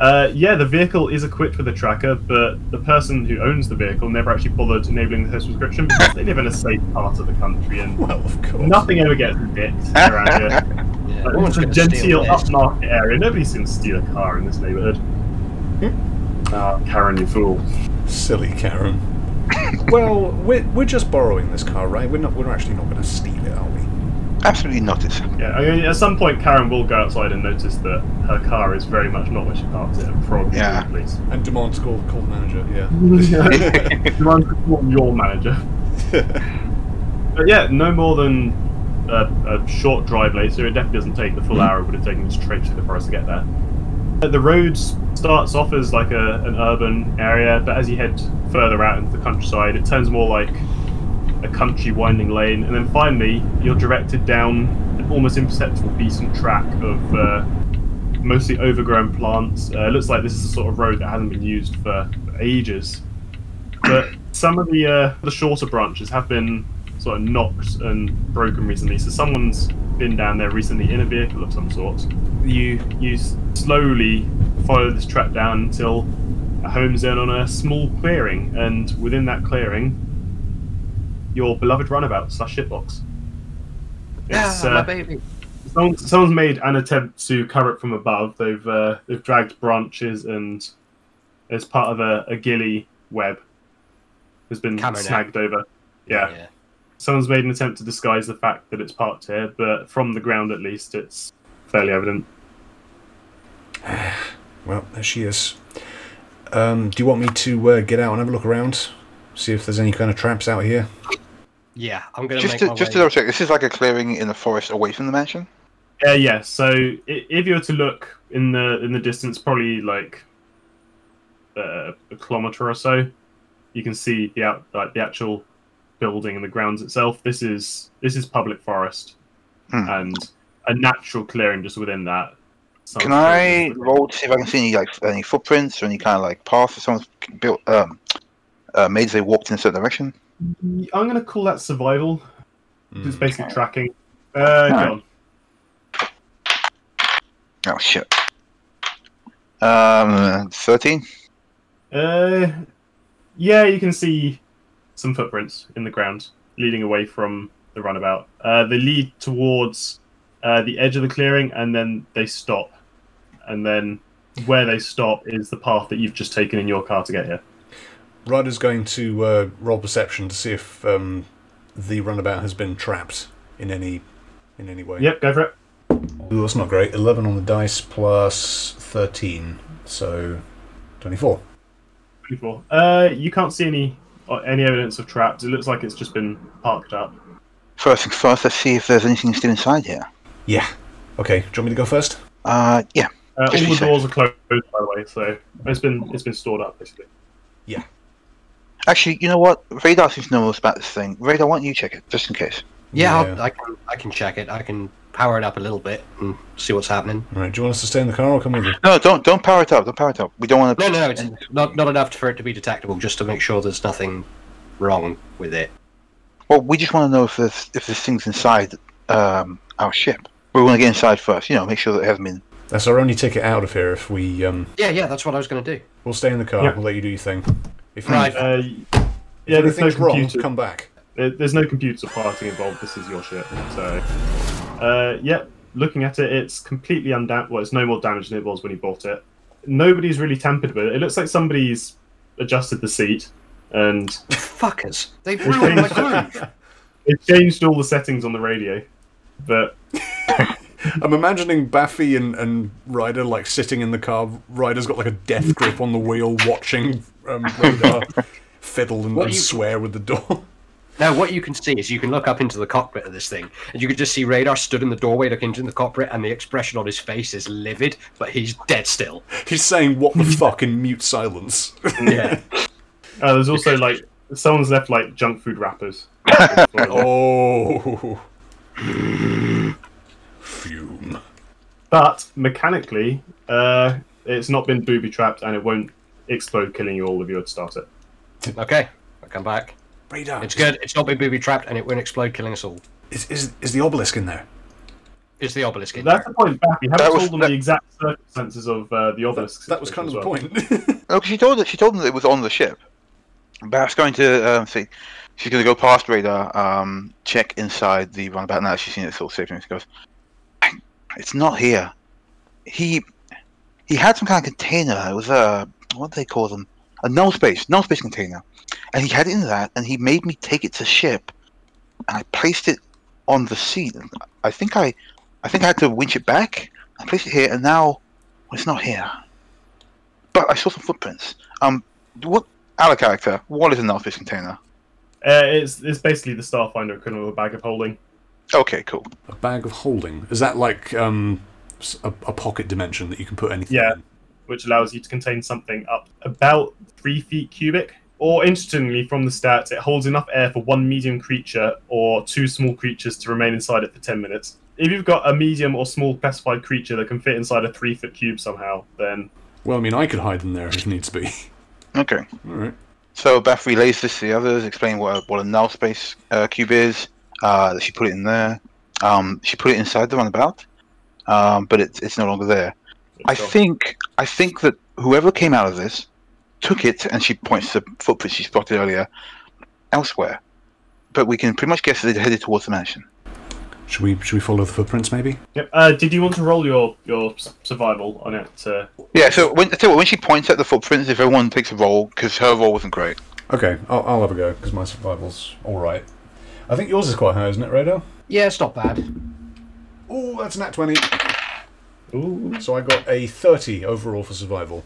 uh, yeah, the vehicle is equipped with a tracker, but the person who owns the vehicle never actually bothered enabling the subscription because they live in a safe part of the country and well, of course. nothing ever gets nicked around here. Yeah, Like, no one's it's a gonna steal genteel this. upmarket area. Nobody's going to steal a car in this neighbourhood. Hmm? Ah, Karen, you fool. Silly Karen. well, we're, we're just borrowing this car, right? We're not. We're actually not going to steal it, are we? Absolutely not. It's Yeah, I mean, at some point, Karen will go outside and notice that her car is very much not where she parked it, and probably Yeah. call the police. And Demond's called called manager. Yeah. Run to call your manager. But yeah, no more than a, a short drive later. It definitely doesn't take the full hour it would have taken to traipse through the forest to get there. Uh, The road starts off as like a, an urban area, but as you head further out into the countryside, it turns more like a country winding lane, and then finally you're directed down an almost imperceptible beaten track of uh, mostly overgrown plants. Uh, it looks like this is a sort of road that hasn't been used for ages, but some of the uh, the shorter branches have been sort of knocked and broken recently. So someone's been down there recently in a vehicle of some sort. You you s- slowly follow this track down until it homes in on a small clearing, and within that clearing, your beloved runabout slash shitbox. Ah, It's, uh, baby. Someone, someone's made an attempt to cover it from above. They've uh, they've dragged branches and as part of a, a gilly web has been Camo net. snagged over. Yeah. someone's made an attempt to disguise the fact that it's parked here, but from the ground at least, it's fairly evident. Well, there she is. Um, do you want me to uh, get out and have a look around, see if there's any kind of traps out here? Yeah, I'm gonna just make to, my just to way. double check. This is like a clearing in the forest away from the mansion. Yeah, yeah. So i- if you were to look in the in the distance, probably like uh, a kilometer or so, you can see the out like the actual building and the grounds itself. This is this is public forest Hmm. and a natural clearing just within that. Oh, Some Can I trees. roll to see if I can see any like any footprints or any kind of like path that someone's built um uh, made as they walked in a certain direction? I'm going to call that survival. 'cause It's Mm. basically tracking. Uh, Alright. John, Oh shit. Um, thirteen. Uh, yeah, you can see some footprints in the ground leading away from the runabout. Uh, they lead towards uh, the edge of the clearing, and then they stop. And then where they stop is the path that you've just taken in your car to get here. Ryder's going to uh, roll perception to see if um, the runabout has been trapped in any in any way. Yep, go for it. Ooh, that's not great. Eleven on the dice plus thirteen, so twenty-four. 24. Uh, you can't see any uh, any evidence of traps. It looks like it's just been parked up. First things first. Let's see if there's anything still inside here. Yeah. Okay. Do you want me to go first? Uh, yeah. Uh, all Just the check. doors are closed, by the way, so it's been it's been stored up basically. Actually, you know what? Radar seems to know most about this thing. Radar, why don't you check it just in case? Yeah, Yeah. I'll, I can I can check it. I can power it up a little bit and see what's happening. All right. Do you want us to stay in the car or come with you? No, don't don't power it up. Don't power it up. We don't want to. No, no, it's not not enough for it to be detectable. Just to make sure there's nothing wrong with it. Well, we just want to know if this if this thing's inside um, our ship. We want to get inside first. You know, make sure that it hasn't been. That's our only ticket out of here. If we um, Yeah, yeah, that's what I was gonna do. we'll stay in the car. Yeah. We'll let you do your thing. If we- Right. Uh, if yeah, there's no anything's wrong, computer. come back. There- There's no computer parting involved. This is your ship. So, uh, yeah, looking at it, it's completely undamaged. Well, it's no more damaged than it was when you bought it. Nobody's really tampered with it. It looks like somebody's adjusted the seat and Fuckers, they've ruined my groove. it changed all the settings on the radio. But I'm imagining Baffy and, and Ryder like sitting in the car. Ryder's got like a death grip on the wheel, watching um, radar fiddle and, What and you- swear with the door. Now, what you can see is you can look up into the cockpit of this thing, and you can just see Radar stood in the doorway looking into the cockpit, and the expression on his face is livid, but he's dead still. He's saying "What the fuck" in mute silence. Yeah. uh, there's also like someone's left like junk food wrappers. oh, fume. But mechanically, uh, it's not been booby trapped and it won't explode, killing you all if you would start it. okay, I come back. Radar. It's good. It's not been booby trapped, and it won't explode, killing us all. Is, is is the obelisk in there? Is the obelisk in That's there? the point, Baffy. You haven't That was- told them that- the exact circumstances of uh, the obelisk. That was kind of the situation as well. point. No, Oh, 'cause she told us she told them that it was on the ship. Barrett's going to um, see. She's going to go past radar, um, check inside the runabout. Now she's seen it's all safe, and she goes, "It's not here." He he had some kind of container. It was a what do they call them? A null space, null space container, and he had it in that, and he made me take it to ship, and I placed it on the seat. I think I, I think I had to winch it back and place it here, and now well, it's not here. But I saw some footprints. Um, what out of character? What is an office container? Uh, it's it's basically the Starfinder equivalent of a bag of holding. Okay, cool. A bag of holding. Is that like um, s- a, a pocket dimension that you can put anything Yeah. in? which allows you to contain something up about three feet cubic. Or interestingly, from the stats, it holds enough air for one medium creature or two small creatures to remain inside it for 10 minutes. If you've got a medium or small classified creature that can fit inside a three foot cube somehow, then Well, I mean, I could hide in there if needs be. Okay. All right. So Beth relays this to the others, explain what a, what a null space uh, cube is. Uh, that she put it in there. Um, she put it inside the runabout, um, but it's it's no longer there. I think I think that whoever came out of this took it, and she points to the footprints she spotted earlier elsewhere. But we can pretty much guess that they headed towards the mansion. Should we should we follow the footprints maybe? Yep. Uh, did you want to roll your, your s- survival on it? Uh, Yeah. So when I tell you what, when she points at the footprints, if everyone takes a roll, because her roll wasn't great. Okay, I'll, I'll have a go because my survival's all right. I think yours is quite high, isn't it, Radar? Yeah, it's not bad. Oh, that's an at twenty. ooh, So I got a thirty overall for survival,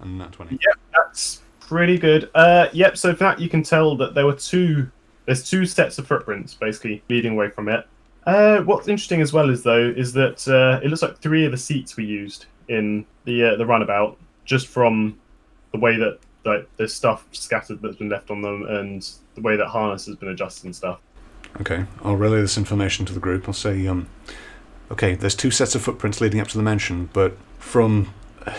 and that twenty. that's pretty good. Uh, yep, so for that, you can tell that there were two. There's two sets of footprints basically leading away from it. Uh, what's interesting as well is though is that uh, it looks like three of the seats were used in the uh, the runabout just from the way that like there's stuff scattered that's been left on them and the way that harness has been adjusted and stuff. Okay, I'll relay this information to the group. I'll say, um, okay, there's two sets of footprints leading up to the mansion, but from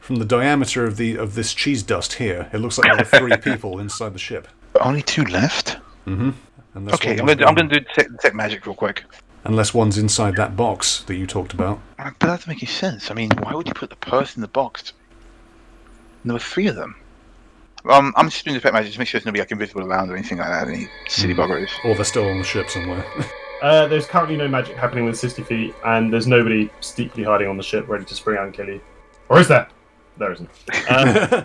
from the diameter of the of this cheese dust here, it looks like there are three people inside the ship. But only two left. And that's Okay, what I'm we've gonna, I'm done. gonna do detect, detect magic real quick. Unless one's inside that box that you talked about. Uh, But that doesn't make any sense. I mean, why would you put the purse in the box? There were three of them. Um, I'm just doing the pet magic to make sure there's nobody like invisible around or anything like that. Any silly buggeries. Or they're still on the ship somewhere. Uh, there's currently no magic happening with 60 feet, and there's nobody steeply hiding on the ship ready to spring out and kill you. Or is there? There isn't. Um,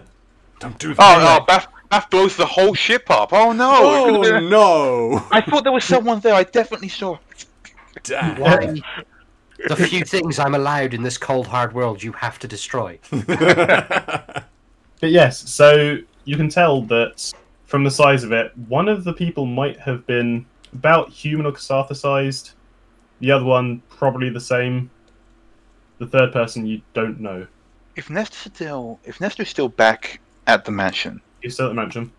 Don't do Oh, that. oh, Bath, Bath blows the whole ship up. Oh no! It could've Oh, been- no! I thought there was someone there. I definitely saw. Damn. Why? the few things I'm allowed in this cold, hard world you have to destroy. But yes, so you can tell that from the size of it, one of the people might have been about human or Kasatha sized. The other one probably the same. The third person you don't know. If Nestor's still, if Nestor's still back at the mansion, You still at the mansion.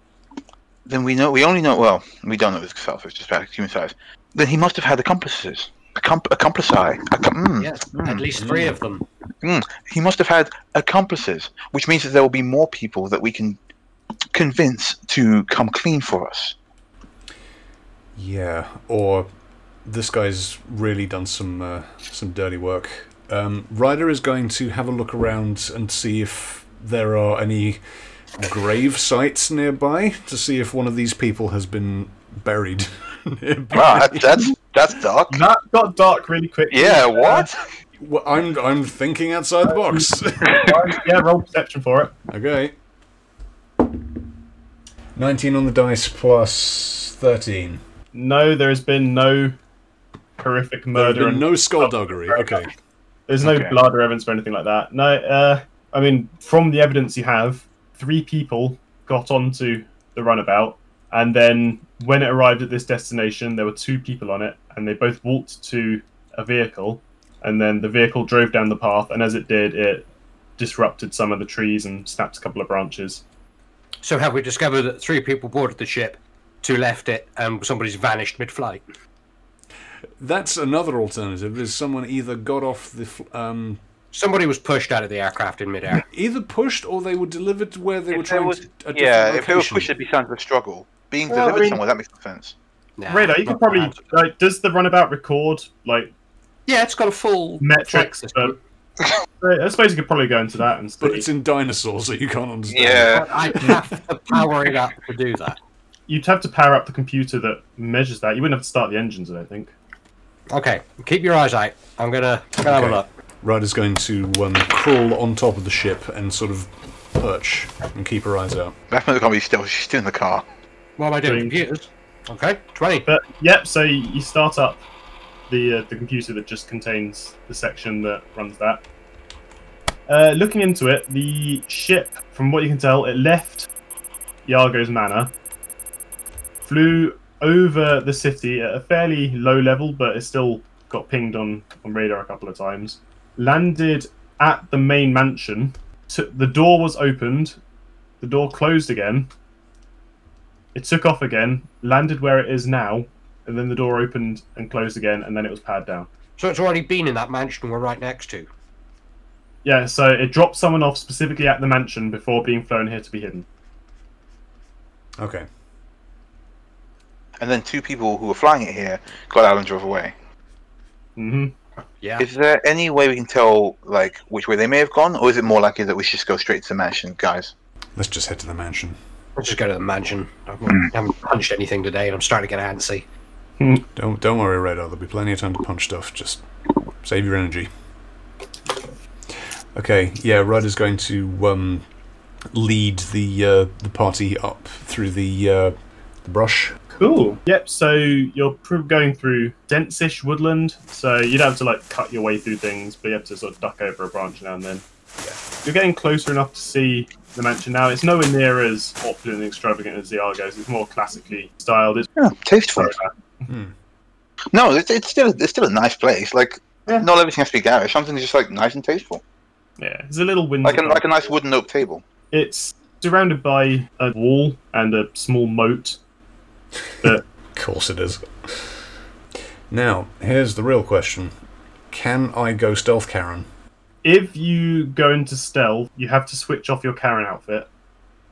then we know. We only know. Well, we don't know it's self. It's just back human size. Then he must have had accomplices. Accom- accomplici. Accom- mm. Yes, at least three of them. Mm, he must have had accomplices, which means that there will be more people that we can convince to come clean for us. Yeah, or this guy's really done some uh, some dirty work. Um, Ryder is going to have a look around and see if there are any grave sites nearby to see if one of these people has been buried. nearby. Wow, that, that's that's dark. That got dark really quick. Uh, Yeah, uh, what? Well, I'm I'm thinking outside the box. yeah, roll perception for it. okay. Nineteen on the dice plus thirteen. No, there has been no horrific There have murder. been and no skullduggery. Okay. There's no Okay. blood or evidence or anything like that. No, uh, I mean, from the evidence you have, three people got onto the runabout, and then when it arrived at this destination, there were two people on it, and they both walked to a vehicle, and then the vehicle drove down the path, and as it did, it disrupted some of the trees and snapped a couple of branches. So have we discovered that three people boarded the ship, two left it, and somebody's vanished mid-flight? That's another alternative. Is someone either got off the fl- um, Somebody was pushed out of the aircraft in midair. either pushed or they were delivered to where they were If trying there was, to. A different yeah, if they were location. pushed, it'd be signs of a struggle. Being Well, I delivered mean- somewhere, that makes no sense. Nah, Radar, you not could probably bad. like. Does the runabout record like Yeah, it's got a full flight metrics? system. but- I suppose you could probably go into that and But see. it's in dinosaur, so you can't understand. But I'd have to power it up to do that. You'd have to power up the computer that measures that. You wouldn't have to start the engines, I don't think. Okay, keep your eyes out. I'm gonna, I'm gonna have Okay. a look. Ryder's going to um, crawl on top of the ship and sort of perch and keep her eyes out. Rathmiller can't be still. She's still in the car. What am I doing? Doing- Computers. Okay, twenty. But yep, so you start up the uh, the computer that just contains the section that runs that. Uh, looking into it, the ship, from what you can tell, it left Yargo's manor, flew over the city at a fairly low level, but it still got pinged on, on radar a couple of times. Landed at the main mansion. Took, the door was opened. The door closed again. It took off again, landed where it is now, and then the door opened and closed again, and then it was pared down. So it's already been in that mansion we're right next to. Yeah, so it dropped someone off specifically at the mansion before being flown here to be hidden. Okay. And then two people who were flying it here got out and drove away. hmm Yeah. Is there any way we can tell, like, which way they may have gone, or is it more likely that we should just go straight to the mansion, guys? Let's just head to the mansion. Let's just go to the mansion. I Hmm. haven't punched anything today, and I'm starting to get antsy. Don't don't worry, Red. There'll be plenty of time to punch stuff. Just save your energy. Okay. Yeah, Ryder's going to um, lead the uh, the party up through the uh, the brush. Cool. Yep. So you're pr- going through dense-ish woodland, so you'd have to like cut your way through things, but you have to sort of duck over a branch now and then. You're getting closer enough to see the mansion now. It's nowhere near as opulent and extravagant as the Argos. It's more classically styled. It's Yeah, tasteful. Hmm. No, it's, it's still it's still a nice place. Like, Yeah. not everything has to be garish. Something's just like nice and tasteful, yeah, it's a little window. like a like a nice wooden oak table. It's surrounded by a wall and a small moat. Of course it is. Now, here's the real question: Can I go stealth, Karen? If you go into stealth, you have to switch off your Karen outfit.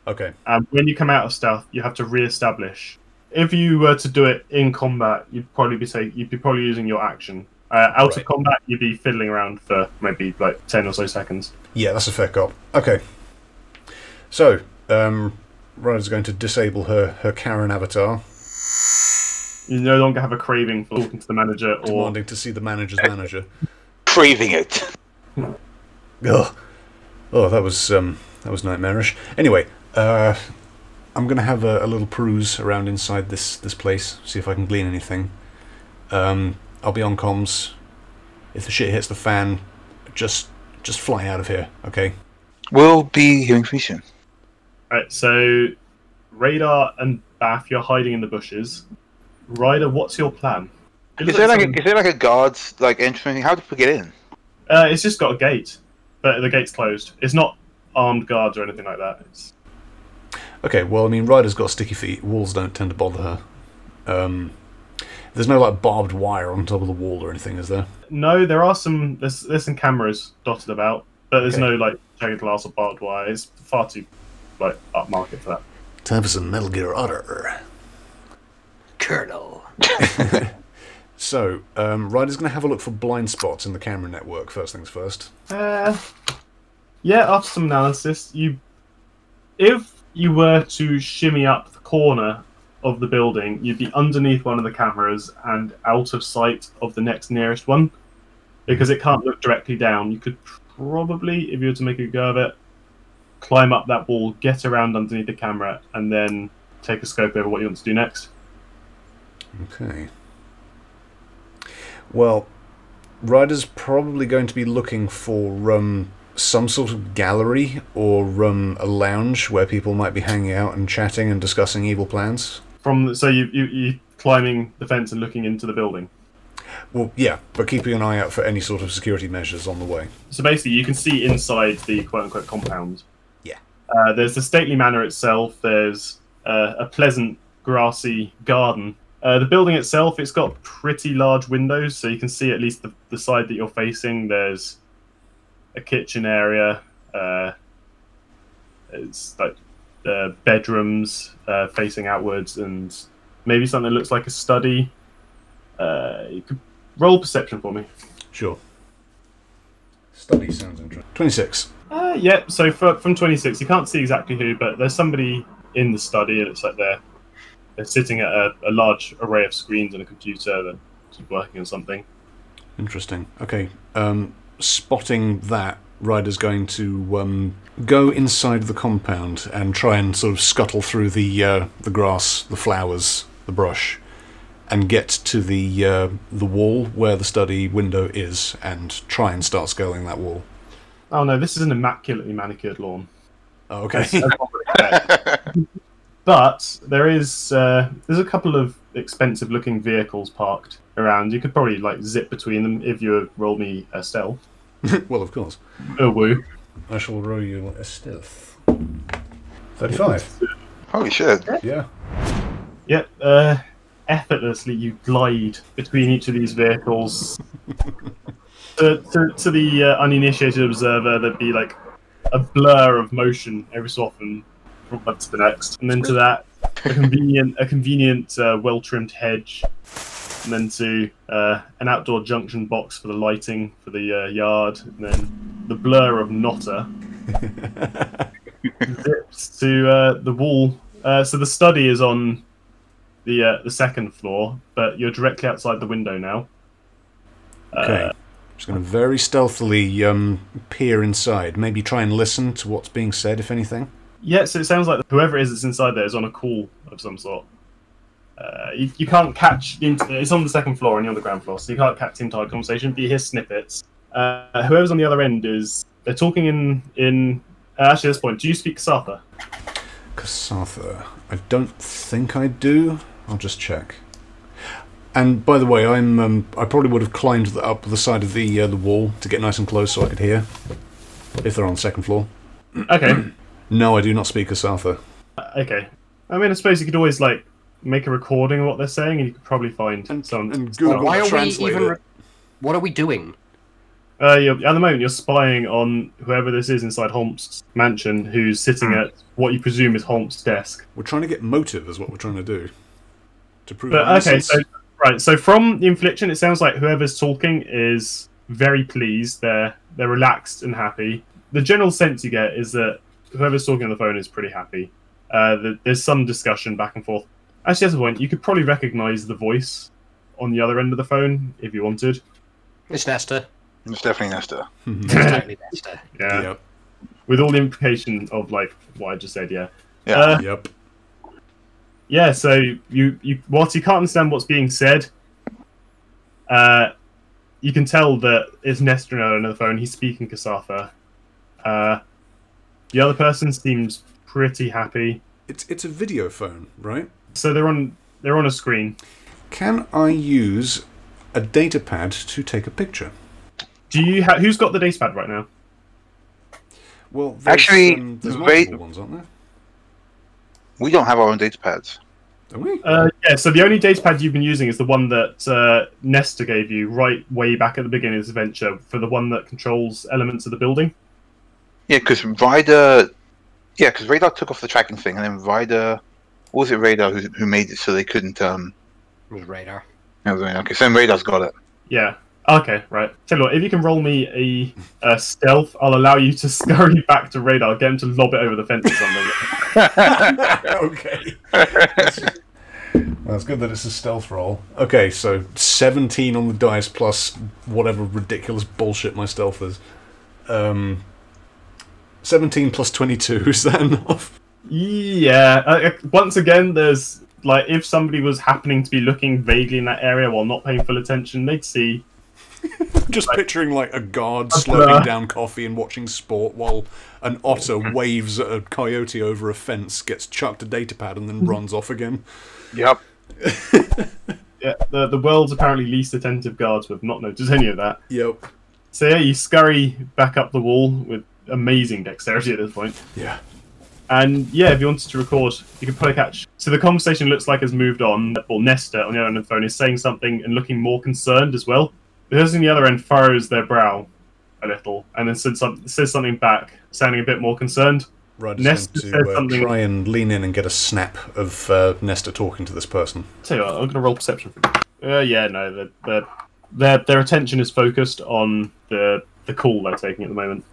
Okay. And when you come out of stealth, you have to re-establish. If you were to do it in combat, you'd probably be say, you'd be probably using your action. Uh, out of Right. combat, you'd be fiddling around for maybe like ten or so seconds. Yeah, that's a fair cop. Okay. So, um, Ryder's going to disable her her Karen avatar, You no longer have a craving for talking to the manager or demanding to see the manager's manager. Craving it. Ugh. Oh, that was um, that was nightmarish. Anyway, uh, I'm gonna have a, a little peruse around inside this this place, see if I can glean anything. Um, I'll be on comms. If the shit hits the fan, just just fly out of here, okay? We'll be hearing from you soon. Right, uh, so radar and Bath, you're hiding in the bushes. Ryder, what's your plan? It Is looks there like someone- a, is there like a guard's like entrance? How do we get in? Uh, it's just got a gate, but the gate's closed. It's not armed guards or anything like that. It's Okay, well, I mean, Ryder's got sticky feet. Walls don't tend to bother her. Um, there's no like barbed wire on top of the wall or anything, is there? No, there are some. There's, there's some cameras dotted about, but there's Okay. no like jagged glass or barbed wire. It's far too like upmarket for that. Time for some Metal Gear Utter. Colonel. So, um, Ryder's going to have a look for blind spots in the camera network. First things first. Uh, yeah, after some analysis, you, if you were to shimmy up the corner of the building, you'd be underneath one of the cameras and out of sight of the next nearest one, because it can't look directly down. You could probably, if you were to make a go of it, climb up that wall, get around underneath the camera, and then take a scope over what you want to do next. Okay. Well, Ryder's probably going to be looking for um, some sort of gallery or um, a lounge where people might be hanging out and chatting and discussing evil plans. From so you you you climbing the fence and looking into the building. Well, yeah, but keeping an eye out for any sort of security measures on the way. So basically, you can see inside the quote unquote compound. Yeah. Uh, there's the stately manor itself, there's uh, a pleasant grassy garden. Uh, the building itself, it's got pretty large windows, so you can see at least the, the side that you're facing. There's a kitchen area, uh, it's like uh, bedrooms uh, facing outwards, and maybe something that looks like a study. Uh, you could roll perception for me. Sure. Study sounds interesting. 26. Uh, yep. So for, from 26, you can't see exactly who, but there's somebody in the study. It looks like they're they're sitting at a, a large array of screens and a computer that's working on something. Interesting. Okay. Um, spotting that, Ryder's going to um, go inside the compound and try and sort of scuttle through the uh, the grass, the flowers, the brush, and get to the uh, the wall where the study window is and try and start scaling that wall. Oh no, this is an immaculately manicured lawn. Oh, okay. As one would expect. but there is uh, there's a couple of expensive looking vehicles parked around. You could probably like zip between them if you roll me a stealth. well, of course. A Oh, woo. I shall roll you a stealth. 35. Holy shit. Yeah. Yep. Uh, effortlessly, you glide between each of these vehicles. to, to, to the uh, uninitiated observer, there'd be like a blur of motion every so often from one to the next, and then to that, a convenient, a convenient, uh, well-trimmed hedge, and then to uh, an outdoor junction box for the lighting for the uh, yard, and then the blur of Notter zips to uh, the wall. Uh, so the study is on the uh, the second floor, but you're directly outside the window now. Uh, Okay. Just going to very stealthily um, peer inside. Maybe try and listen to what's being said, if anything. Yeah, so it sounds like whoever it is that's inside there is on a call of some sort. Uh, you, you can't catch the int- it's on the second floor and you're on the ground floor, so you can't catch the entire conversation, but you hear snippets. Uh, whoever's on the other end is they're talking in in uh, actually at this point. Do you speak Satha? Kasatha. I don't think I do. I'll just check. And by the way, I'm um, I probably would have climbed the, up the side of the uh, the wall to get nice and close so I could hear. If they're on the second floor. Okay, uh, No, I do not speak Kasatha. okay. I mean, I suppose you could always like make a recording of what they're saying, and you could probably find someone. And Google Why are we translate even? it. Re- what are we doing? Uh, you're, at the moment, you're spying on whoever this is inside Holm's mansion, who's sitting at what you presume is Holm's desk. We're trying to get motive, is what we're trying to do. To prove But our okay, innocence. so right, so from the infliction, it sounds like whoever's talking is very pleased. They're they're relaxed and happy. The general sense you get is that whoever's talking on the phone is pretty happy. Uh, th- there's some discussion back and forth. Actually, that's the point. You could probably recognise the voice on the other end of the phone if you wanted. It's Nesta. It's definitely Nesta. It's totally Nesta. Yeah. Yep, With all the implication of like what I just said. Yeah. Yeah. Uh, yep. yeah, so you, you whilst you can't understand what's being said, uh, you can tell that it's Nestor on the phone. He's speaking Kasatha. Uh, the other person seems pretty happy. It's it's a video phone, right? So they're on they're on a screen. Can I use a data pad to take a picture? Do you ha- who's got the data pad right now? Well, there's, Actually, um, there's the multiple rate- ones, aren't there? We don't have our own data pads. Don't we? Uh, yeah, so the only data pad you've been using is the one that uh, Nestor gave you right way back at the beginning of this adventure for the one that controls elements of the building. Yeah, because Ryder. Yeah, because Radar took off the tracking thing, and then Ryder. What was it Radar who, who made it so they couldn't. um It was radar. no, it was Radar. Okay, so then Radar's got it. Yeah. Okay, right. Tell you what, if you can roll me a, a stealth, I'll allow you to scurry back to radar, get him to lob it over the fence or something. okay. That's good that it's a stealth roll. Okay, so 17 on the dice plus whatever ridiculous bullshit my stealth is. Um, 17 plus 22, is that enough? yeah. Uh, uh, once again, there's like if somebody was happening to be looking vaguely in that area while not paying full attention, they'd see. Just picturing like a guard slurping down coffee and watching sport while an otter waves at a coyote over a fence, gets chucked a data pad, and then runs off again. Yep. Yeah, the the world's apparently least attentive guards would have not noticed any of that. Yep. So yeah, you scurry back up the wall with amazing dexterity at this point. Yeah. And yeah, if you wanted to record, you could probably catch. So the conversation looks like has moved on. Or Nesta on the other end of the phone is saying something and looking more concerned as well. The person on the other end furrows their brow a little and then said some, says something back, sounding a bit more concerned. Right, Nesta just going said to uh, something- try and lean in and get a snap of uh, Nesta talking to this person. Tell you what, I'm going to roll perception. For you. Uh, yeah, no, their- their their their attention is focused on the the call they're taking at the moment.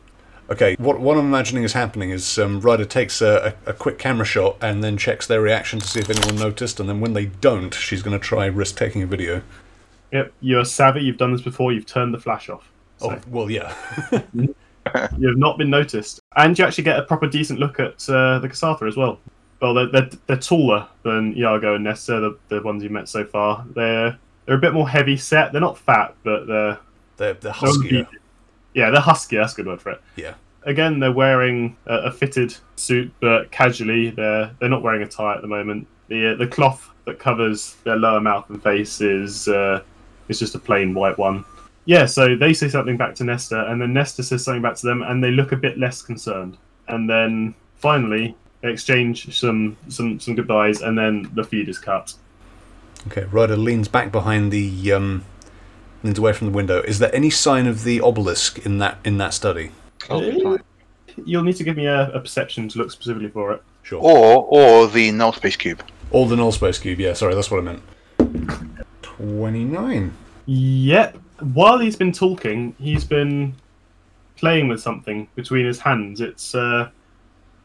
Okay, what, what I'm imagining is happening is um, Ryder takes a, a, a quick camera shot and then checks their reaction to see if anyone noticed, and then when they don't, she's going to try risk taking a video. Yep, you're savvy. You've done this before. You've turned the flash off. So. Oh, well, yeah. You have not been noticed, and you actually get a proper decent look at uh, the Kasatha as well. well, they're, they're, they're taller than Iago and Nesta, the, the ones you met so far. They're they're a bit more heavy set. They're not fat, but they're They're, they're huskier. yeah, they're husky. That's a good word for it. Yeah. Again, they're wearing a, a fitted suit, but casually. They're they're not wearing a tie at the moment. The uh, the cloth that covers their lower mouth and face is uh, is just a plain white one. Yeah. So they say something back to Nesta, and then Nesta says something back to them, and they look a bit less concerned. And then finally, they exchange some some some goodbyes, and then the feed is cut. Okay, Ryder leans back behind the um, leans away from the window. Is there any sign of the obelisk in that in that study? Eh? You'll need to give me a, a perception to look specifically for it. Sure. Or, Or or the null space cube. the null space cube. Yeah, sorry, that's what I meant. Twenty nine. Yep. While he's been talking, he's been playing with something between his hands. It's uh,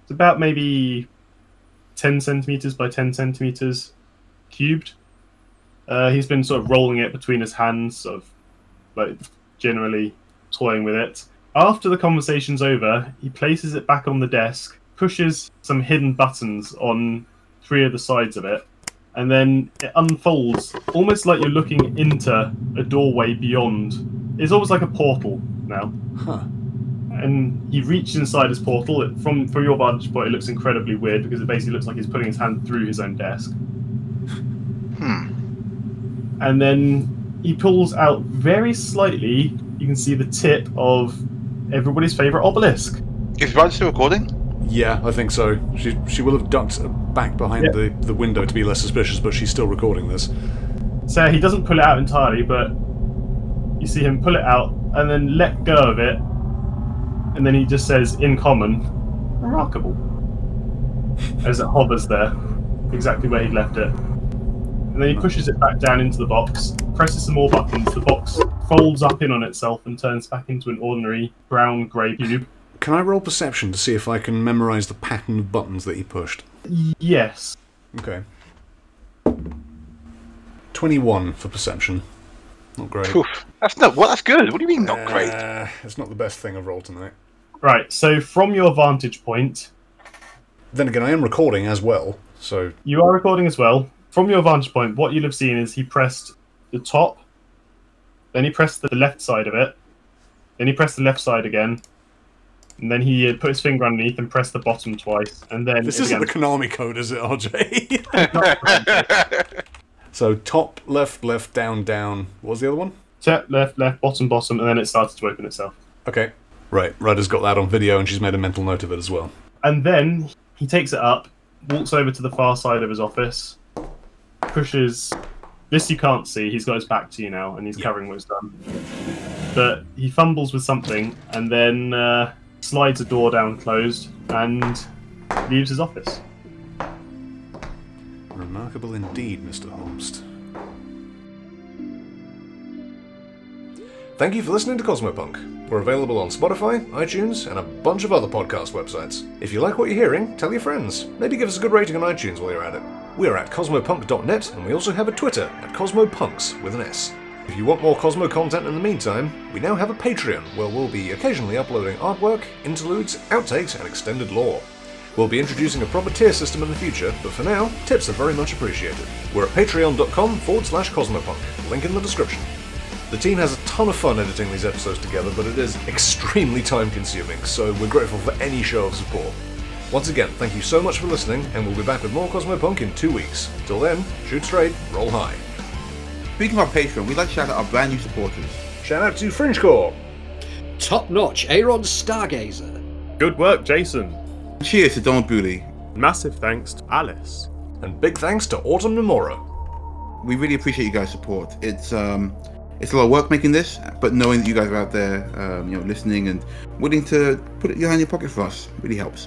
it's about maybe ten centimeters by ten centimeters cubed. Uh, he's been sort of rolling it between his hands, sort of like generally toying with it. After the conversation's over, he places it back on the desk, pushes some hidden buttons on three of the sides of it, and then it unfolds almost like you're looking into a doorway beyond. It's almost like a portal now. Huh. And he reaches inside his portal. It, from from your vantage point, it looks incredibly weird because it basically looks like he's putting his hand through his own desk. Hmm. And then he pulls out very slightly. You can see the tip of everybody's favorite obelisk. Is Ryder still recording? Yeah, I think so. She she will have ducked back behind Yeah. the, the window to be less suspicious, but she's still recording this. So he doesn't pull it out entirely, but you see him pull it out and then let go of it. And then he just says, in common, remarkable. As it hovers there, exactly where he left it. And then he pushes it back down into the box, presses some more buttons, the box folds up in on itself and turns back into an ordinary brown grey cube. Can I roll perception to see if I can memorize the pattern of buttons that he pushed? Yes. Okay. Twenty one for perception. Not great. Poof. That's not well. That's good. What do you mean not great? Uh, it's not the best thing I've rolled tonight. Right, so from your vantage point, Then again, I am recording as well, so You are recording as well. From your vantage point, what you'll have seen is he pressed the top, then he pressed the left side of it, then he pressed the left side again, and then he uh, put his finger underneath and pressed the bottom twice, and then This it isn't the began- Konami code, is it, RJ? so top, left, left, down, down. What was the other one? Tap, left, left, bottom, bottom, and then it started to open itself. Okay. Right, Ryder's got that on video and she's made a mental note of it as well. And then he takes it up, walks over to the far side of his office, pushes. This you can't see. He's got his back to you now, and he's covering what he's done. But he fumbles with something, and then uh, slides a door down closed, and leaves his office. Remarkable indeed, Mr. Holmes. Thank you for listening to Cosmopunk. We're available on Spotify, iTunes, and a bunch of other podcast websites. If you like what you're hearing, tell your friends. Maybe give us a good rating on iTunes while you're at it. We are at cosmopunk.net, and we also have a Twitter at cosmopunks with an S. If you want more Cosmo content in the meantime, we now have a Patreon where we'll be occasionally uploading artwork, interludes, outtakes, and extended lore. We'll be introducing a proper tier system in the future, but for now, tips are very much appreciated. We're at patreon.com forward slash cosmopunk, link in the description. The team has a ton of fun editing these episodes together, but it is extremely time consuming, so we're grateful for any show of support. Once again, thank you so much for listening, and we'll be back with more Cosmopunk in two weeks. Till then, shoot straight, roll high. Speaking of our Patreon, we'd like to shout out our brand new supporters. Shout out to Fringe Corps! Top notch, Aaron Stargazer. Good work, Jason. Cheers to Donald Booley. Massive thanks to Alice. And big thanks to Autumn Nomura. We really appreciate you guys' support. It's um, it's a lot of work making this, but knowing that you guys are out there, um, you know, listening and willing to put it behind your pocket for us really helps.